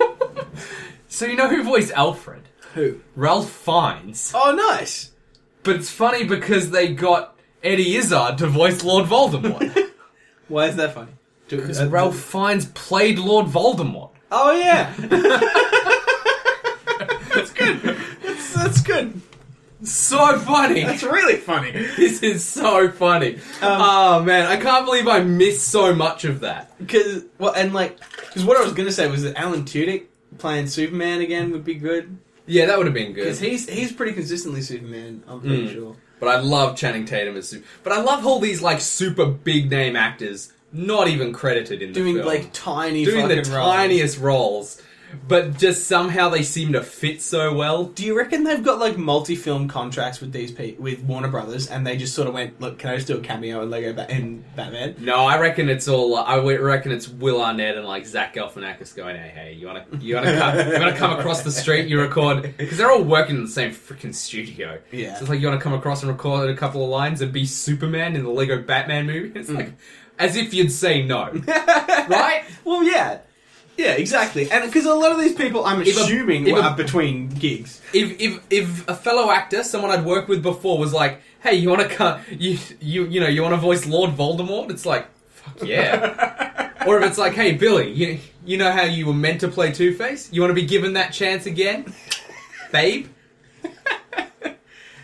S2: [LAUGHS] so, you know who voiced Alfred?
S1: Who?
S2: Ralph Fiennes.
S1: Oh, nice.
S2: But it's funny because they got Eddie Izzard to voice Lord
S1: [LAUGHS]
S2: Voldemort.
S1: Why is that funny? Uh,
S2: Because Ralph Fiennes played Lord Voldemort.
S1: Oh [LAUGHS] yeah. that's good. That's, that's good.
S2: so funny.
S1: That's really funny.
S2: [LAUGHS] This is so funny.
S1: Um,
S2: oh man, I can't believe I missed so much of that.
S1: Because well, and like, because what I was gonna say was that Alan Tudyk playing Superman again would be good
S2: Yeah, that would have been
S1: because
S2: good.
S1: he's he's pretty consistently Superman. I'm pretty
S2: Mm.
S1: sure.
S2: But I love Channing Tatum as super. But I love all these like super big name actors not even credited in the
S1: Doing
S2: film.
S1: like tiny,
S2: doing the
S1: fucking roles.
S2: tiniest roles, but just somehow they seem to fit so well.
S1: Do you reckon they've got like multi-film contracts with these pe- with Warner Brothers, and they just sort of went, "Look, can I just do a cameo in Lego Bat- in Batman?"
S2: No, I reckon it's all. I w- reckon it's Will Arnett and like Zach Galifianakis going, "Hey, hey, you wanna, you wanna, come, you wanna come across the street, you record," because they're all working in the same freaking studio.
S1: Yeah.
S2: So it's like you wanna come across and record a couple of lines and be Superman in the Lego Batman movie. [LAUGHS] It's like as if you'd say no, right?
S1: Well, yeah, yeah, exactly. And because a lot of these people, I'm
S2: If a-
S1: assuming,
S2: if
S1: were
S2: a-
S1: up between gigs.
S2: If, if if a fellow actor, someone I'd worked with before, was like, "Hey, you want to you you you know you want to voice Lord Voldemort?" It's like, "Fuck yeah!" or if it's like, "Hey, Billy, you you know how you were meant to play Two Face? You want to be given that chance again, babe?"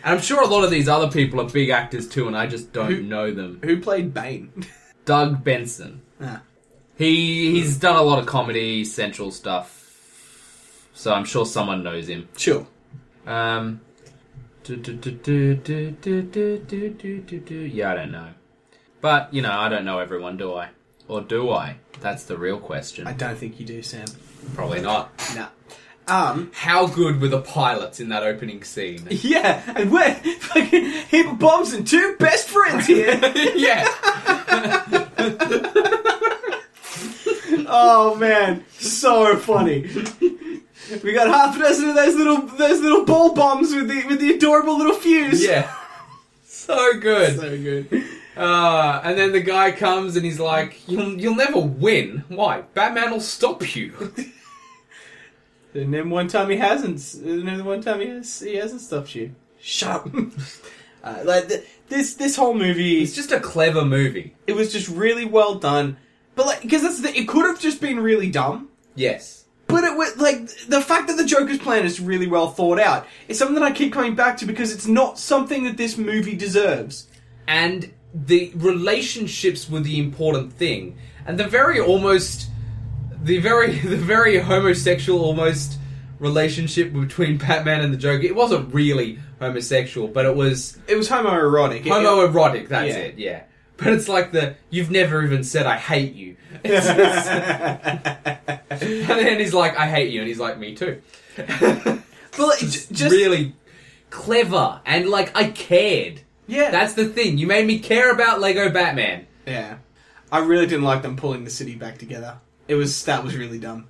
S2: And I'm sure a lot of these other people are big actors too, and I just don't
S1: Who-
S2: know them.
S1: Who played Bane?
S2: Doug Benson.
S1: [LAUGHS] Ah.
S2: He he's done a lot of comedy central stuff, so I'm sure someone knows him.
S1: Sure.
S2: Um. do, do, do, do, do, do, do, do, do, do, do. Yeah, I don't know. But, you know, I don't know everyone, do I? Or do I? That's the real
S1: I
S2: question.
S1: don't think you do, Sam.
S2: Probably not.
S1: Nah. Um.
S2: How good were the pilots in that opening [LAUGHS] scene?
S1: Yeah, and we're [LAUGHS] fucking hippopotamus and two best friends
S2: [LAUGHS]
S1: here.
S2: yeah.
S1: oh man, so funny. We got half a dozen of those little those little ball bombs with the with the adorable little fuse.
S2: Yeah. So good.
S1: so good.
S2: Uh, and then the guy comes and he's like, you'll, you'll never win. Why? Batman will stop you. [LAUGHS]
S1: And then one time he hasn't. And then one time he has he hasn't stopped you. Shut up. [LAUGHS] Uh, like th- this this whole movie,
S2: it's just a clever movie.
S1: it was just really well done. But like, because that's the, it could have just been really dumb.
S2: Yes.
S1: But it was like the fact that the Joker's plan is really well thought out. It's something that I keep coming back to because it's not something that this movie deserves.
S2: and the relationships were the important thing and the very almost the very [LAUGHS] the very homosexual almost relationship between [LAUGHS] batman and the joker it wasn't really homosexual but it was
S1: It was homoerotic. It-
S2: homoerotic that's
S1: Yeah.
S2: it yeah but it's like the you've never even said i hate you [LAUGHS] It's
S1: [LAUGHS]
S2: just- and then he's like i hate you and he's like me too [LAUGHS]
S1: but like, j-
S2: just,
S1: just
S2: really clever and like i cared
S1: [LAUGHS] yeah,
S2: that's the thing you made me care about lego batman
S1: yeah. I really didn't like them pulling the city back together. It was that was really dumb.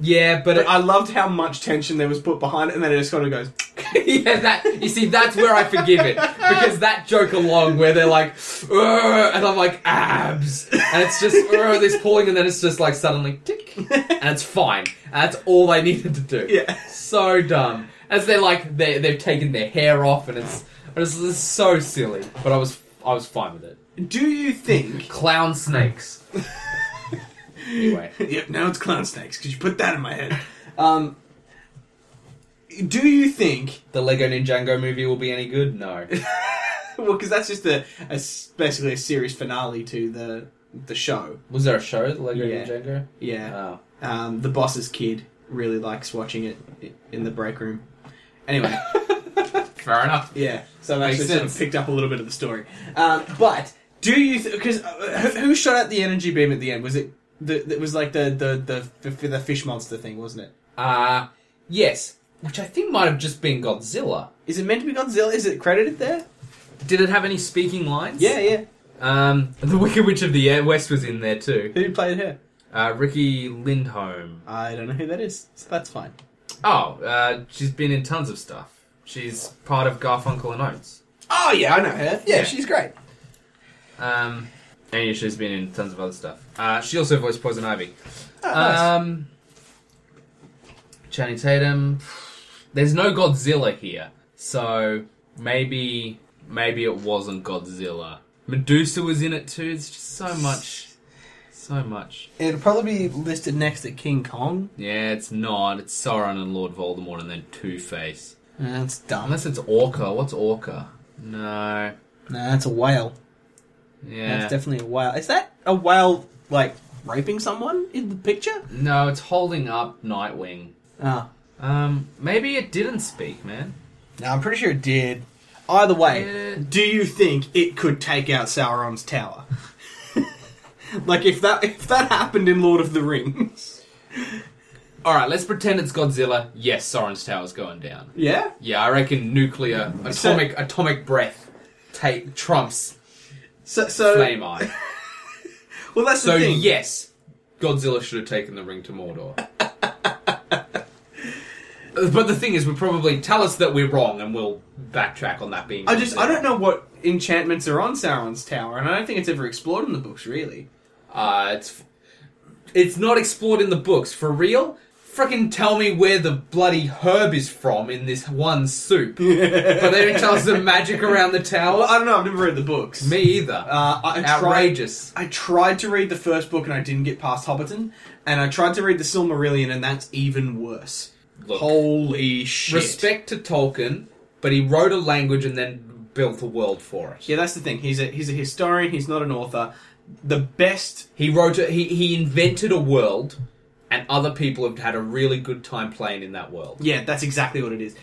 S2: Yeah,
S1: But
S2: but, it,
S1: I loved how much tension there was put behind it, and then it just kind of goes.
S2: [LAUGHS] yeah, that you see, that's where I forgive it because that joke along where they're like, "Urgh," and I'm like abs, and it's just [LAUGHS] "Urgh," this pulling, and then it's just like suddenly tick, and it's fine. And that's all they needed to do.
S1: Yeah.
S2: so dumb. As they're like they they've taken their hair off, and it's it's, it's so silly. But I was I was fine with it.
S1: Do you think? [LAUGHS]
S2: Clown snakes. anyway,
S1: yep. Now it's clown snakes because you put that in my head. Um. Do you think
S2: the Lego Ninjago movie will be any good? No.
S1: [LAUGHS] well, because that's just a, a s- basically a series finale to the the show.
S2: Was there a show, the Lego
S1: Yeah.
S2: Ninjago?
S1: Yeah,
S2: Oh.
S1: um, the boss's kid really likes watching it i- in the break room. [LAUGHS] Anyway,
S2: Fair enough.
S1: yeah, so I've
S2: Makes
S1: actually sort of
S2: sense.
S1: picked up a little bit of the story. Um, but do you? Because uh, who, who shot out the energy beam at the end? Was it? The, it was like the the, the the the fish monster thing, wasn't it?
S2: Uh, yes. Which I think might have just been Godzilla.
S1: Is it meant to be Godzilla? Is it credited there?
S2: Did it have any speaking lines?
S1: Yeah, yeah.
S2: Um, [LAUGHS] the Wicked Witch of the West was in there too.
S1: Who played her?
S2: Uh, Ricky Lindholm.
S1: I don't know who that is, so that's fine.
S2: Oh, uh, she's been in tons of stuff. She's part of Garfunkel and Oates.
S1: Oh yeah, I know her.
S2: Yeah.
S1: she's great.
S2: Um, and yeah, she's been in tons of other stuff. Uh, she also voiced Poison Ivy.
S1: Oh, nice.
S2: Um, Channing Tatum. There's no Godzilla here, so maybe maybe it wasn't Godzilla. Medusa was in it too. It's just so much, so much.
S1: It'll probably be listed next to King Kong.
S2: Yeah, it's not. It's Sauron and Lord Voldemort, and then Two Face.
S3: Nah, that's dumb.
S2: Unless it's orca. What's orca? No.
S3: Nah, that's a whale.
S2: Yeah.
S3: That's definitely a whale. Is that a whale like raping someone in the picture?
S2: no, it's holding up Nightwing.
S3: Ah,
S2: Um, maybe it didn't speak, man.
S3: no, I'm pretty sure it did. Either way,
S2: Eh,
S1: Do you think it could take out Sauron's tower? [LAUGHS] like if that if that happened in Lord of the Rings, [LAUGHS]
S2: All right, let's pretend it's Godzilla. Yes, Sauron's tower's going down.
S1: yeah.
S2: Yeah, I reckon nuclear
S1: So-
S2: atomic atomic breath take trumps
S1: So, so
S2: flame eye.
S1: well, that's
S2: So
S1: the thing.
S2: yes, Godzilla should have taken the ring to Mordor.
S1: [LAUGHS]
S2: but the thing is, we probably tell us that we're wrong, and we'll backtrack on that being.
S1: I just I
S2: Godzilla.
S1: don't know what enchantments are on Sauron's tower, and I don't think it's ever explored in the books really.
S2: Uh, it's it's not explored in the books for real. Frickin' tell me where the bloody herb is from in this
S1: [LAUGHS]
S2: one soup, but they don't tell us the magic around the
S1: Well,
S2: tower.
S1: I don't know. I've never read the books.
S2: Me either.
S1: Uh, I tried,
S2: Outrageous.
S1: I tried to read the first book and I didn't get past Hobbiton, and I tried to read the Silmarillion, and that's even worse.
S2: Look.
S1: Holy shit!
S2: Respect to Tolkien, but he wrote a language and then built a world for it.
S1: Yeah, that's the thing. He's a he's a historian. He's not an author. The best
S2: He wrote a, he he invented a world, and other people have had a really good time playing in that world.
S1: Yeah, that's exactly what it is.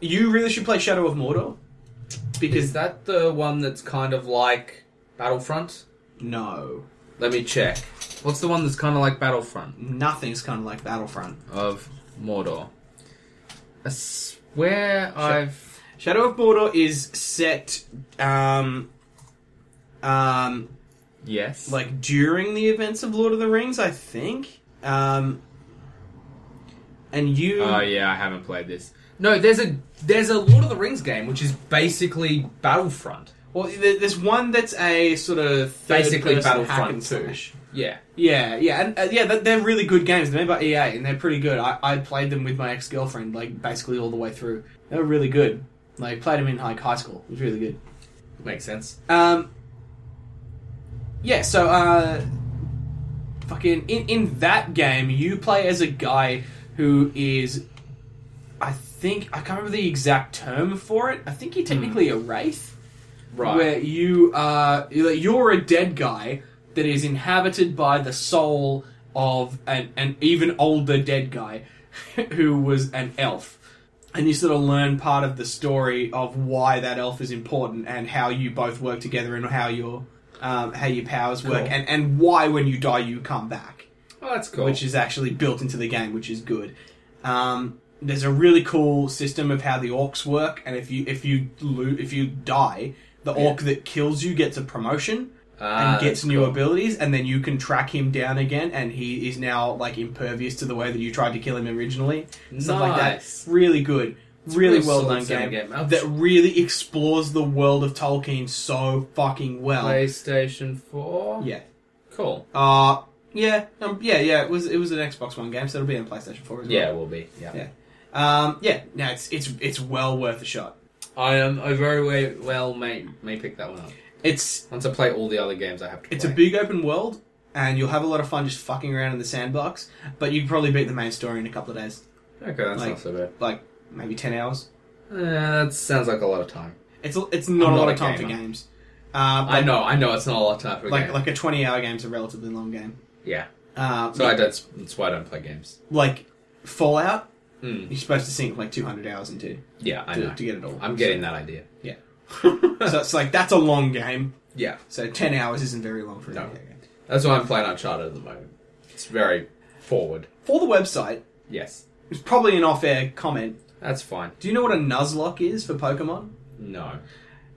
S1: You really should play Shadow of Mordor because
S2: Is that the one that's kind of like Battlefront?
S1: no,
S2: Let me check. What's the one that's kind of like Battlefront
S1: nothing's kind of like Battlefront.
S2: of Mordor? I swear I've
S1: Shadow of Mordor is set um um
S2: yes.
S1: like during the events of Lord of the Rings, I think. Um and you
S2: oh yeah, I haven't played this. No, there's a there's a Lord of the Rings game which is basically Battlefront.
S1: well there- there's one that's a sort of third
S2: Basically
S1: person hack
S2: Battlefront
S1: and
S2: 2.
S1: slash.
S2: Yeah.
S1: Yeah, yeah, and uh, yeah, they're- they're really good games. They're made by EA, and they're pretty good. I, I played them with my ex girlfriend, like basically all the way through. They were really good. Like played them in like high school. It was really good.
S2: Makes sense.
S1: Um, yeah, so uh, fucking in in that game, you play as a guy who is, I think I can't remember the exact term for it. I think you're technically a wraith
S2: Right.
S1: where you are you're a dead guy that is inhabited by the soul of an, an even older dead guy [LAUGHS] who was an elf and you sort of learn part of the story of why that elf is important and how you both work together and how your um, how your powers work
S2: Cool.
S1: and, and why when you die you come back
S2: oh, that's cool.
S1: which is actually built into the game, which is good. Um, there's a really cool system of how the orcs work, and if you if you lo- if you die, the orc that kills you gets a promotion
S2: Ah,
S1: and gets
S2: that's
S1: new
S2: cool.
S1: abilities, and then you can track him down again, and he is now like impervious to the way that you tried to kill him originally. Stuff like
S2: Nice.
S1: that. Really good. Really
S2: really
S1: well
S2: solid
S1: done
S2: sound
S1: game,
S2: game. I'll-
S1: that really explores the world of Tolkien so fucking well.
S2: PlayStation 4.
S1: Yeah.
S2: Cool.
S1: Uh yeah, um, yeah, yeah. It was it was an Xbox One game, so it'll be on PlayStation Four as well.
S2: Yeah, it will be. Yeah.
S1: Yeah. Um, yeah, no, it's it's it's well worth a shot.
S2: I am. I very way, well may may pick that one up
S1: It's
S2: once I play all the other games I have to.
S1: it's
S2: play.
S1: a big open world, and you'll have a lot of fun just fucking around in the sandbox. But you'd probably beat the main story in a couple of days,
S2: Okay, that's
S1: like-
S2: not so bad.
S1: like maybe ten hours.
S2: Uh, that sounds like a lot of time.
S1: It's a- it's not
S2: I'm
S1: a lot
S2: not
S1: of
S2: a
S1: time for
S2: gamer.
S1: games. Uh, but
S2: I know. I know it's not a lot of time for a
S1: Like
S2: game.
S1: like a twenty hour game's a relatively long game.
S2: yeah.
S1: Uh,
S2: So I don't. That's why I don't play games.
S1: like Fallout.
S2: Mm.
S1: You're supposed to sink like two hundred hours into
S2: Yeah, I know.
S1: to, to get it all.
S2: I'm getting that [LAUGHS] idea.
S1: yeah. so it's like that's a long game.
S2: Yeah,
S1: So ten hours isn't very long for a
S2: No.
S1: video game.
S2: that's why I'm playing Uncharted at the moment. It's very forward.
S1: For the website,
S2: Yes,
S1: it's probably an off-air comment.
S2: that's fine.
S1: Do you know what a Nuzlocke is for Pokemon?
S2: No.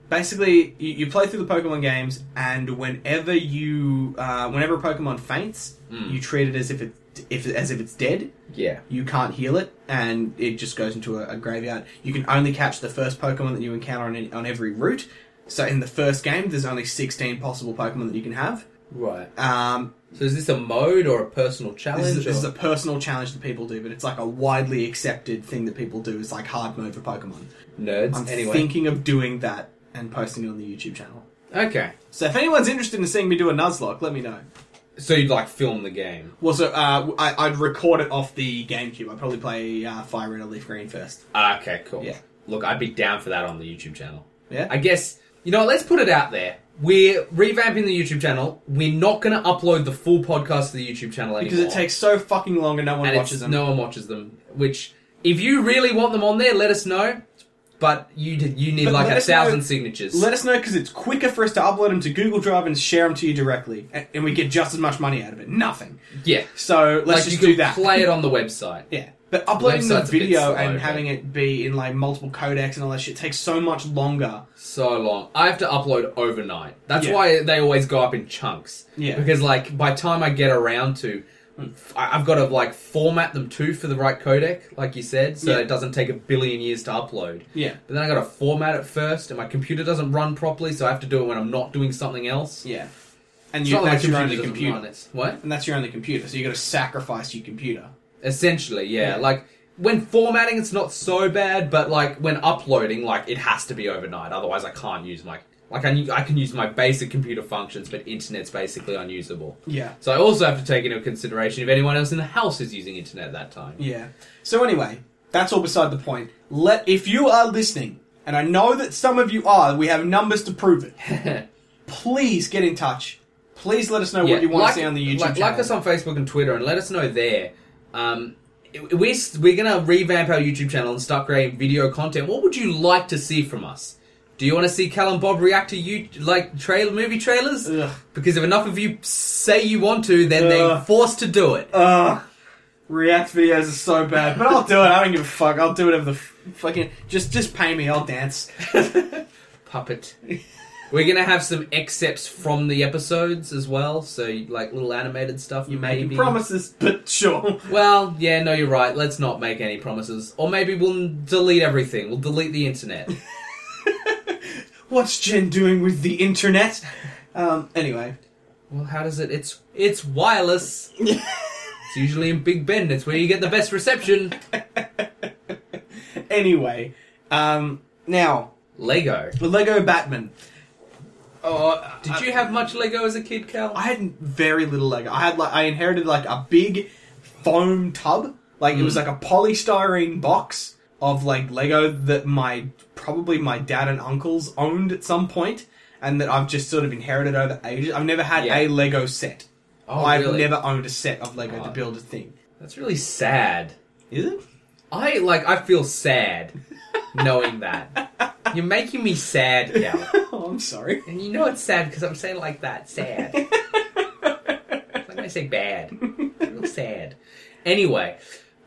S1: Basically, you, you play through the Pokemon games, and whenever you, uh, whenever a Pokemon faints,
S2: Mm.
S1: you treat it as if it, if as if it's dead.
S2: Yeah.
S1: You can't heal it, and it just goes into a, a graveyard. You can only catch the first Pokemon that you encounter on, any, on every route. So in the first game, there's only 16 possible Pokemon that you can have.
S2: Right.
S1: Um,
S2: So is this a mode or a personal challenge?
S1: This is, this is
S2: or-
S1: a personal challenge that people do, but it's like a widely accepted thing that people do. It's like hard mode for Pokemon.
S2: Nerds.
S1: I'm
S2: anyway.
S1: thinking of doing that and posting it on the YouTube channel.
S2: okay.
S1: So if anyone's interested in seeing me do a Nuzlocke, let me know.
S2: So you'd like film the game?
S1: Was it? Uh, I, I'd record it off the GameCube. I'd probably play uh, Fire Red or Leaf Green first.
S2: Ah, okay, cool.
S1: Yeah.
S2: Look, I'd be down for that on the YouTube channel.
S1: Yeah.
S2: I guess you know. what, Let's put it out there. We're revamping the YouTube channel. We're not going to upload the full podcast to the YouTube channel anymore
S1: because it takes so fucking long and no one
S2: and
S1: watches
S2: it's-
S1: them.
S2: No one watches them. Which, if you really want them on there, let us know. But you d- you need
S1: But
S2: like
S1: let
S2: a
S1: us know-
S2: thousand signatures.
S1: Let us know because it's quicker for us to upload them to Google Drive and share them to you directly, and, and we get just as much money out of it. Nothing.
S2: yeah,
S1: So let's
S2: like you
S1: just
S2: can
S1: do that.
S2: play it on the [LAUGHS] website.
S1: Yeah. But uploading the
S2: Website's a bit
S1: video
S2: slow,
S1: and
S2: but-
S1: having it be in like multiple codecs and all that shit takes so much longer.
S2: So long. I have to upload overnight. That's
S1: Yeah.
S2: why they always go up in chunks.
S1: Yeah.
S2: Because like by the time I get around to, I- I've got to like format them too for the right codec, like you said, so
S1: Yeah.
S2: it doesn't take a billion years to upload.
S1: Yeah.
S2: But then I got to format it first, and my computer doesn't run properly, so I have to do it when I'm not doing something else.
S1: Yeah. And
S2: It's
S1: you,
S2: not like
S1: that's your
S2: computer
S1: only
S2: doesn't
S1: computer.
S2: run it. What?
S1: And that's your only computer, so you gotta sacrifice your computer.
S2: Essentially, yeah.
S1: Yeah.
S2: Like when formatting, it's not so bad, but like when uploading, like it has to be overnight. Otherwise, I can't use my like I, I can use my basic computer functions, but internet's basically unusable.
S1: Yeah.
S2: So I also have to take into consideration if anyone else in the house is using internet at that time.
S1: Yeah. So anyway, that's all beside the point. Let if you are listening, and I know that some of you are, we have numbers to prove it.
S2: [LAUGHS]
S1: Please get in touch. Please let us know what you want
S2: like-
S1: to see on the YouTube
S2: like,
S1: channel.
S2: like us on Facebook and Twitter, and let us know there. Um, we're we're gonna revamp our YouTube channel and start creating video content. What would you like to see from us? Do you want to see Cal and Bob react to you like trail movie trailers?
S1: Ugh.
S2: Because if enough of you say you want to, then they're
S1: Ugh.
S2: forced to do it.
S1: Ugh. React videos are so bad, but I'll do it. I don't give a fuck. I'll do whatever the f- fucking just just pay me. I'll dance.
S2: Puppet. We're gonna have some excerpts from the episodes as well, so like little animated stuff.
S1: You
S2: maybe
S1: making promises, but sure.
S2: Well, yeah, no, you're right. Let's not make any promises, or maybe we'll delete everything. We'll delete the internet.
S1: What's Jen doing with the internet? Um. Anyway.
S2: Well, how does it? It's it's wireless. it's usually in Big Bend. It's where you get the best reception.
S1: Anyway. Um. Now,
S2: Lego.
S1: the Lego Batman. Oh,
S2: Did
S1: I-
S2: you have much Lego as a kid, Cal?
S1: I had very little Lego. I had like I inherited like a big foam tub. Like it was
S2: Mm.
S1: like a polystyrene box of like Lego that my probably my dad and uncles owned at some point, and that I've just sort of inherited over ages. I've never had
S2: Yeah.
S1: a Lego set.
S2: oh,
S1: I've
S2: really?
S1: never owned a set of Lego to
S2: Oh.
S1: build a thing.
S2: That's really sad.
S1: Is it? [LAUGHS]
S2: I like. I feel sad knowing that. You're making me sad, Cal.
S1: oh, I'm sorry.
S2: And you know it's sad because I'm saying it like that. Sad. I'm gonna say bad. Real sad. Anyway,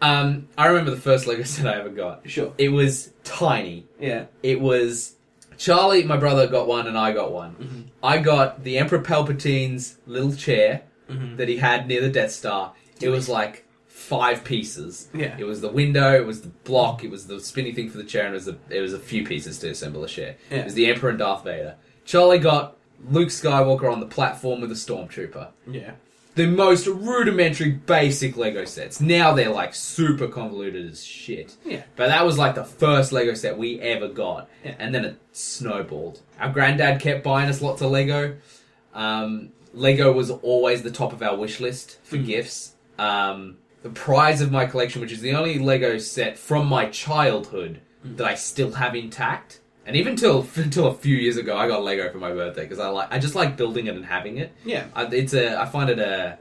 S2: um, I remember the first Lego set I ever got.
S1: Sure.
S2: It was tiny.
S1: Yeah.
S2: It was Charlie, my brother, got one, and I got one.
S1: Mm-hmm.
S2: I got the Emperor Palpatine's little chair
S1: Mm-hmm.
S2: that he had near the Death Star. It was like five pieces.
S1: Yeah.
S2: It was the window, it was the block, it was the spinny thing for the chair, and it was a, it was a few pieces to assemble a chair.
S1: Yeah.
S2: It was the Emperor and Darth Vader. Charlie got Luke Skywalker on the platform with a stormtrooper
S1: Yeah.
S2: the most rudimentary basic Lego sets. Now they're like super convoluted as shit.
S1: Yeah.
S2: But that was like the first Lego set we ever got.
S1: Yeah.
S2: And then it snowballed. Our granddad kept buying us lots of Lego. Um, Lego was always the top of our wish list for
S1: Hmm.
S2: gifts. Um, the prize of my collection, which is the only Lego set from my childhood
S1: Hmm.
S2: that I still have intact. And even till [LAUGHS] until a few years ago, I got Lego for my birthday because I like I just like building it and having it.
S1: Yeah.
S2: I, it's a. I find it a.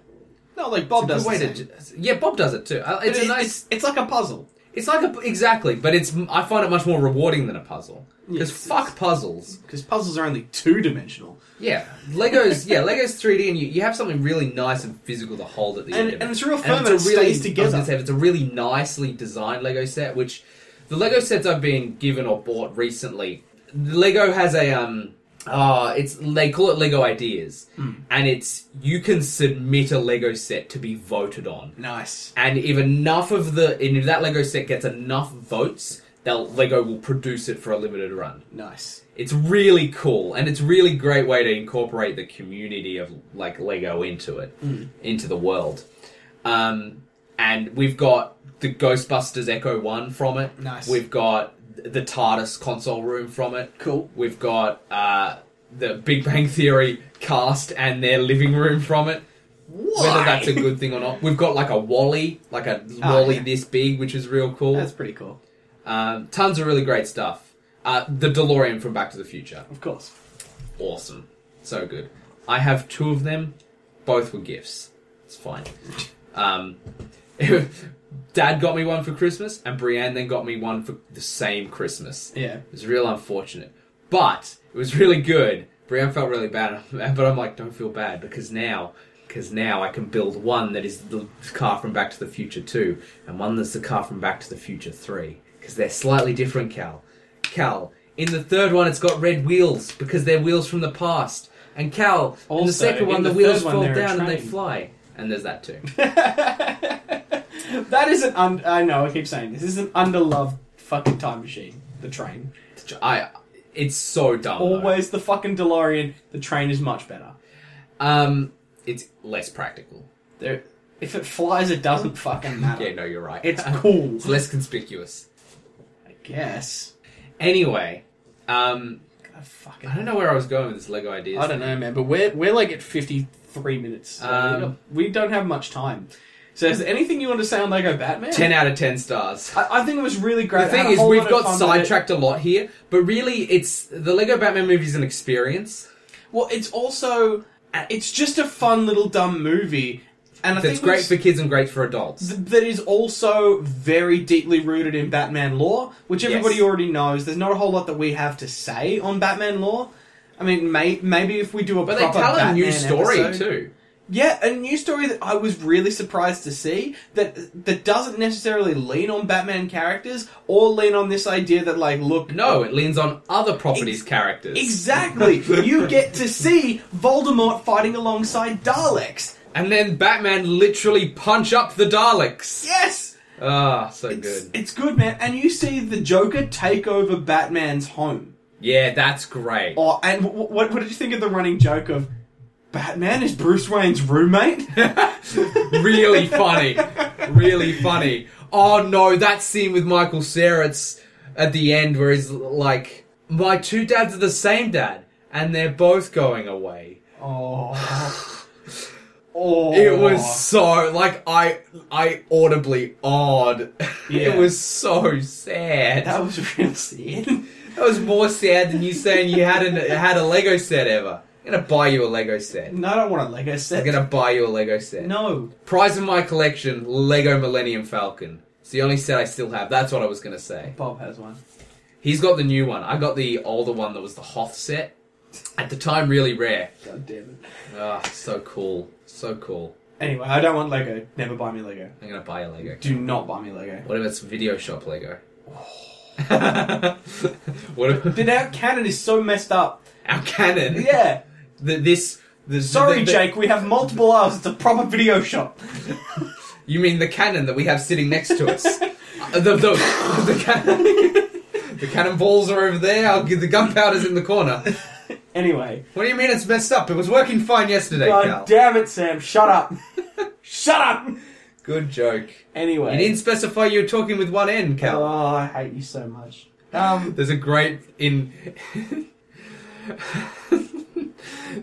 S1: No, like Bob
S2: it's
S1: does.
S2: a good
S1: the
S2: way
S1: same.
S2: to. Yeah, Bob does it too. Uh, It's
S1: It-
S2: a nice.
S1: it's, it's like a puzzle.
S2: It's like a exactly, but it's. I find it much more rewarding than a puzzle. Because
S1: Yes,
S2: fuck puzzles.
S1: Because puzzles are only two dimensional.
S2: Yeah, Legos. yeah, Legos 3D, and you, you have something really nice and physical to hold at the
S1: And-
S2: end. of it.
S1: and it's real firm and
S2: it's a
S1: it stays
S2: really, I was
S1: together.
S2: gonna say, it's a really nicely designed Lego set, which the Lego sets I've been given or bought recently. Lego has a um. Uh, it's they call it Lego Ideas,
S1: Hmm.
S2: and it's you can submit a Lego set to be voted on.
S1: Nice.
S2: and if enough of the and if that Lego set gets enough votes, they'll Lego will produce it for a limited run.
S1: Nice.
S2: It's really cool, and it's really great way to incorporate the community of like Lego into it, into the world. Um, and we've got the Ghostbusters Echo One from it.
S1: Nice.
S2: We've got the TARDIS console room from it.
S1: Cool.
S2: We've got uh, the Big Bang Theory cast and their living room from it.
S1: Why?
S2: Whether that's a [LAUGHS] good thing or not, we've got like a Wally, like a
S1: Oh,
S2: Wally
S1: yeah.
S2: this big, which is real cool.
S1: That's pretty cool.
S2: Um, tons of really great stuff. Uh, the DeLorean from Back to the Future,
S1: Of course.
S2: awesome, so good. I have two of them, both were gifts. It's fine. Um, [LAUGHS] Dad got me one for Christmas, and Brienne then got me one for the same Christmas.
S1: Yeah.
S2: It was real unfortunate, but it was really good. Brienne felt really bad, [LAUGHS] but I'm like, don't feel bad because now, because now I can build one that is the car from Back to the Future Two, and one that's the car from Back to the Future Three, because they're slightly different, Cal. Cal, in the third one, it's got red wheels because they're wheels from the past, and Cal, in
S1: Also,
S2: the second
S1: in
S2: one,
S1: the
S2: the, wheels
S1: third one,
S2: fall
S1: they're a
S2: down and they
S1: train.
S2: fly, and there's that too.
S1: [LAUGHS]
S2: [LAUGHS]
S1: That is an un- I know I keep saying this, this is an underloved fucking time machine. The train.
S2: I, it's so dumb. though.
S1: Always the fucking DeLorean. The train is much better.
S2: um, it's less practical.
S1: There, if it flies, it
S2: [LAUGHS]
S1: doesn't fucking matter.
S2: Yeah, no, you're right. [LAUGHS]
S1: It's cool.
S2: It's less conspicuous.
S1: I guess.
S2: Anyway, um,
S1: God, fucking.
S2: [LAUGHS] I don't know where I was going with this Lego idea.
S1: I don't know, man. But we're we're like at fifty three minutes. So
S2: Um,
S1: we don't have much time. So is there anything you want to say on Lego Batman?
S2: Ten out of ten stars.
S1: I, I think it was really great.
S2: The
S1: I had
S2: thing
S1: a
S2: is,
S1: whole
S2: we've
S1: lot of
S2: got
S1: fun with it.
S2: sidetracked a lot here, but really, it's the Lego Batman movie is an experience
S1: Well, it's also uh, it's just a fun little dumb movie, and I
S2: that's
S1: think
S2: great
S1: we've-
S2: for kids and great for adults.
S1: th- that is also very deeply rooted in Batman lore, which
S2: Yes.
S1: everybody already knows. There's not a whole lot that we have to say on Batman lore. I mean, may, maybe if we do a
S2: but they
S1: proper
S2: tell a new
S1: Batman
S2: story
S1: episode-
S2: too.
S1: Yeah, a new story that I was really surprised to see that that doesn't necessarily lean on Batman characters or lean on this idea that like, look,
S2: No, it leans on other properties' characters.
S1: exactly. you get to
S2: [LAUGHS]
S1: see Voldemort fighting alongside Daleks.
S2: and then Batman literally punch up the Daleks.
S1: Yes,
S2: Ah, so
S1: it's,
S2: good.
S1: it's good, man. And you see the Joker take over Batman's home.
S2: Yeah, that's great.
S1: Oh, and w- w- what, what did you think of the running joke of Batman is Bruce Wayne's
S2: [LAUGHS]
S1: roommate?
S2: really funny, really funny. Oh no, that scene with Michael Cera it's at the end where he's like, "My two dads are the same dad, and they're both going away."
S1: oh. Oh.
S2: [LAUGHS] It was so like I I audibly awed. [LAUGHS]
S1: Yeah.
S2: It was so sad.
S1: That was [LAUGHS] real sad.
S2: That was more sad than you saying you had an, had a Lego set ever. I'm gonna buy you a Lego set.
S1: no, I don't want a Lego set.
S2: I'm gonna buy you a Lego set.
S1: No.
S2: Prize in my collection, Lego Millennium Falcon. It's the only set I still have. That's what I was gonna say.
S1: Bob has one.
S2: He's got the new one. I got the older one that was the Hoth set. At the time, really rare.
S1: God damn it.
S2: Ah, so cool. So cool.
S1: Anyway, I don't want Lego. Never buy me Lego.
S2: I'm gonna buy a Lego.
S1: Do not buy me Lego.
S2: What if it's video shop Lego? [LAUGHS] what if [LAUGHS]
S1: But our canon is so messed up.
S2: our canon?
S1: Yeah.
S2: The, this. The,
S1: Sorry,
S2: the- the-
S1: Jake, we have multiple hours. It's a proper video shop.
S2: You mean the cannon that we have sitting next to
S1: [LAUGHS]
S2: us? Uh, the, [LAUGHS] the, the, cannon, [LAUGHS] the cannonballs are over there. I'll give the gunpowder's in the corner.
S1: Anyway.
S2: What do you mean it's messed up? It was working fine yesterday, Cal.
S1: God damn it, Sam. Shut up. [LAUGHS] Shut up.
S2: Good joke.
S1: Anyway.
S2: You didn't specify you were talking with one end, Cal.
S1: Oh, I hate you so much. Um,
S2: There's a great in. [LAUGHS]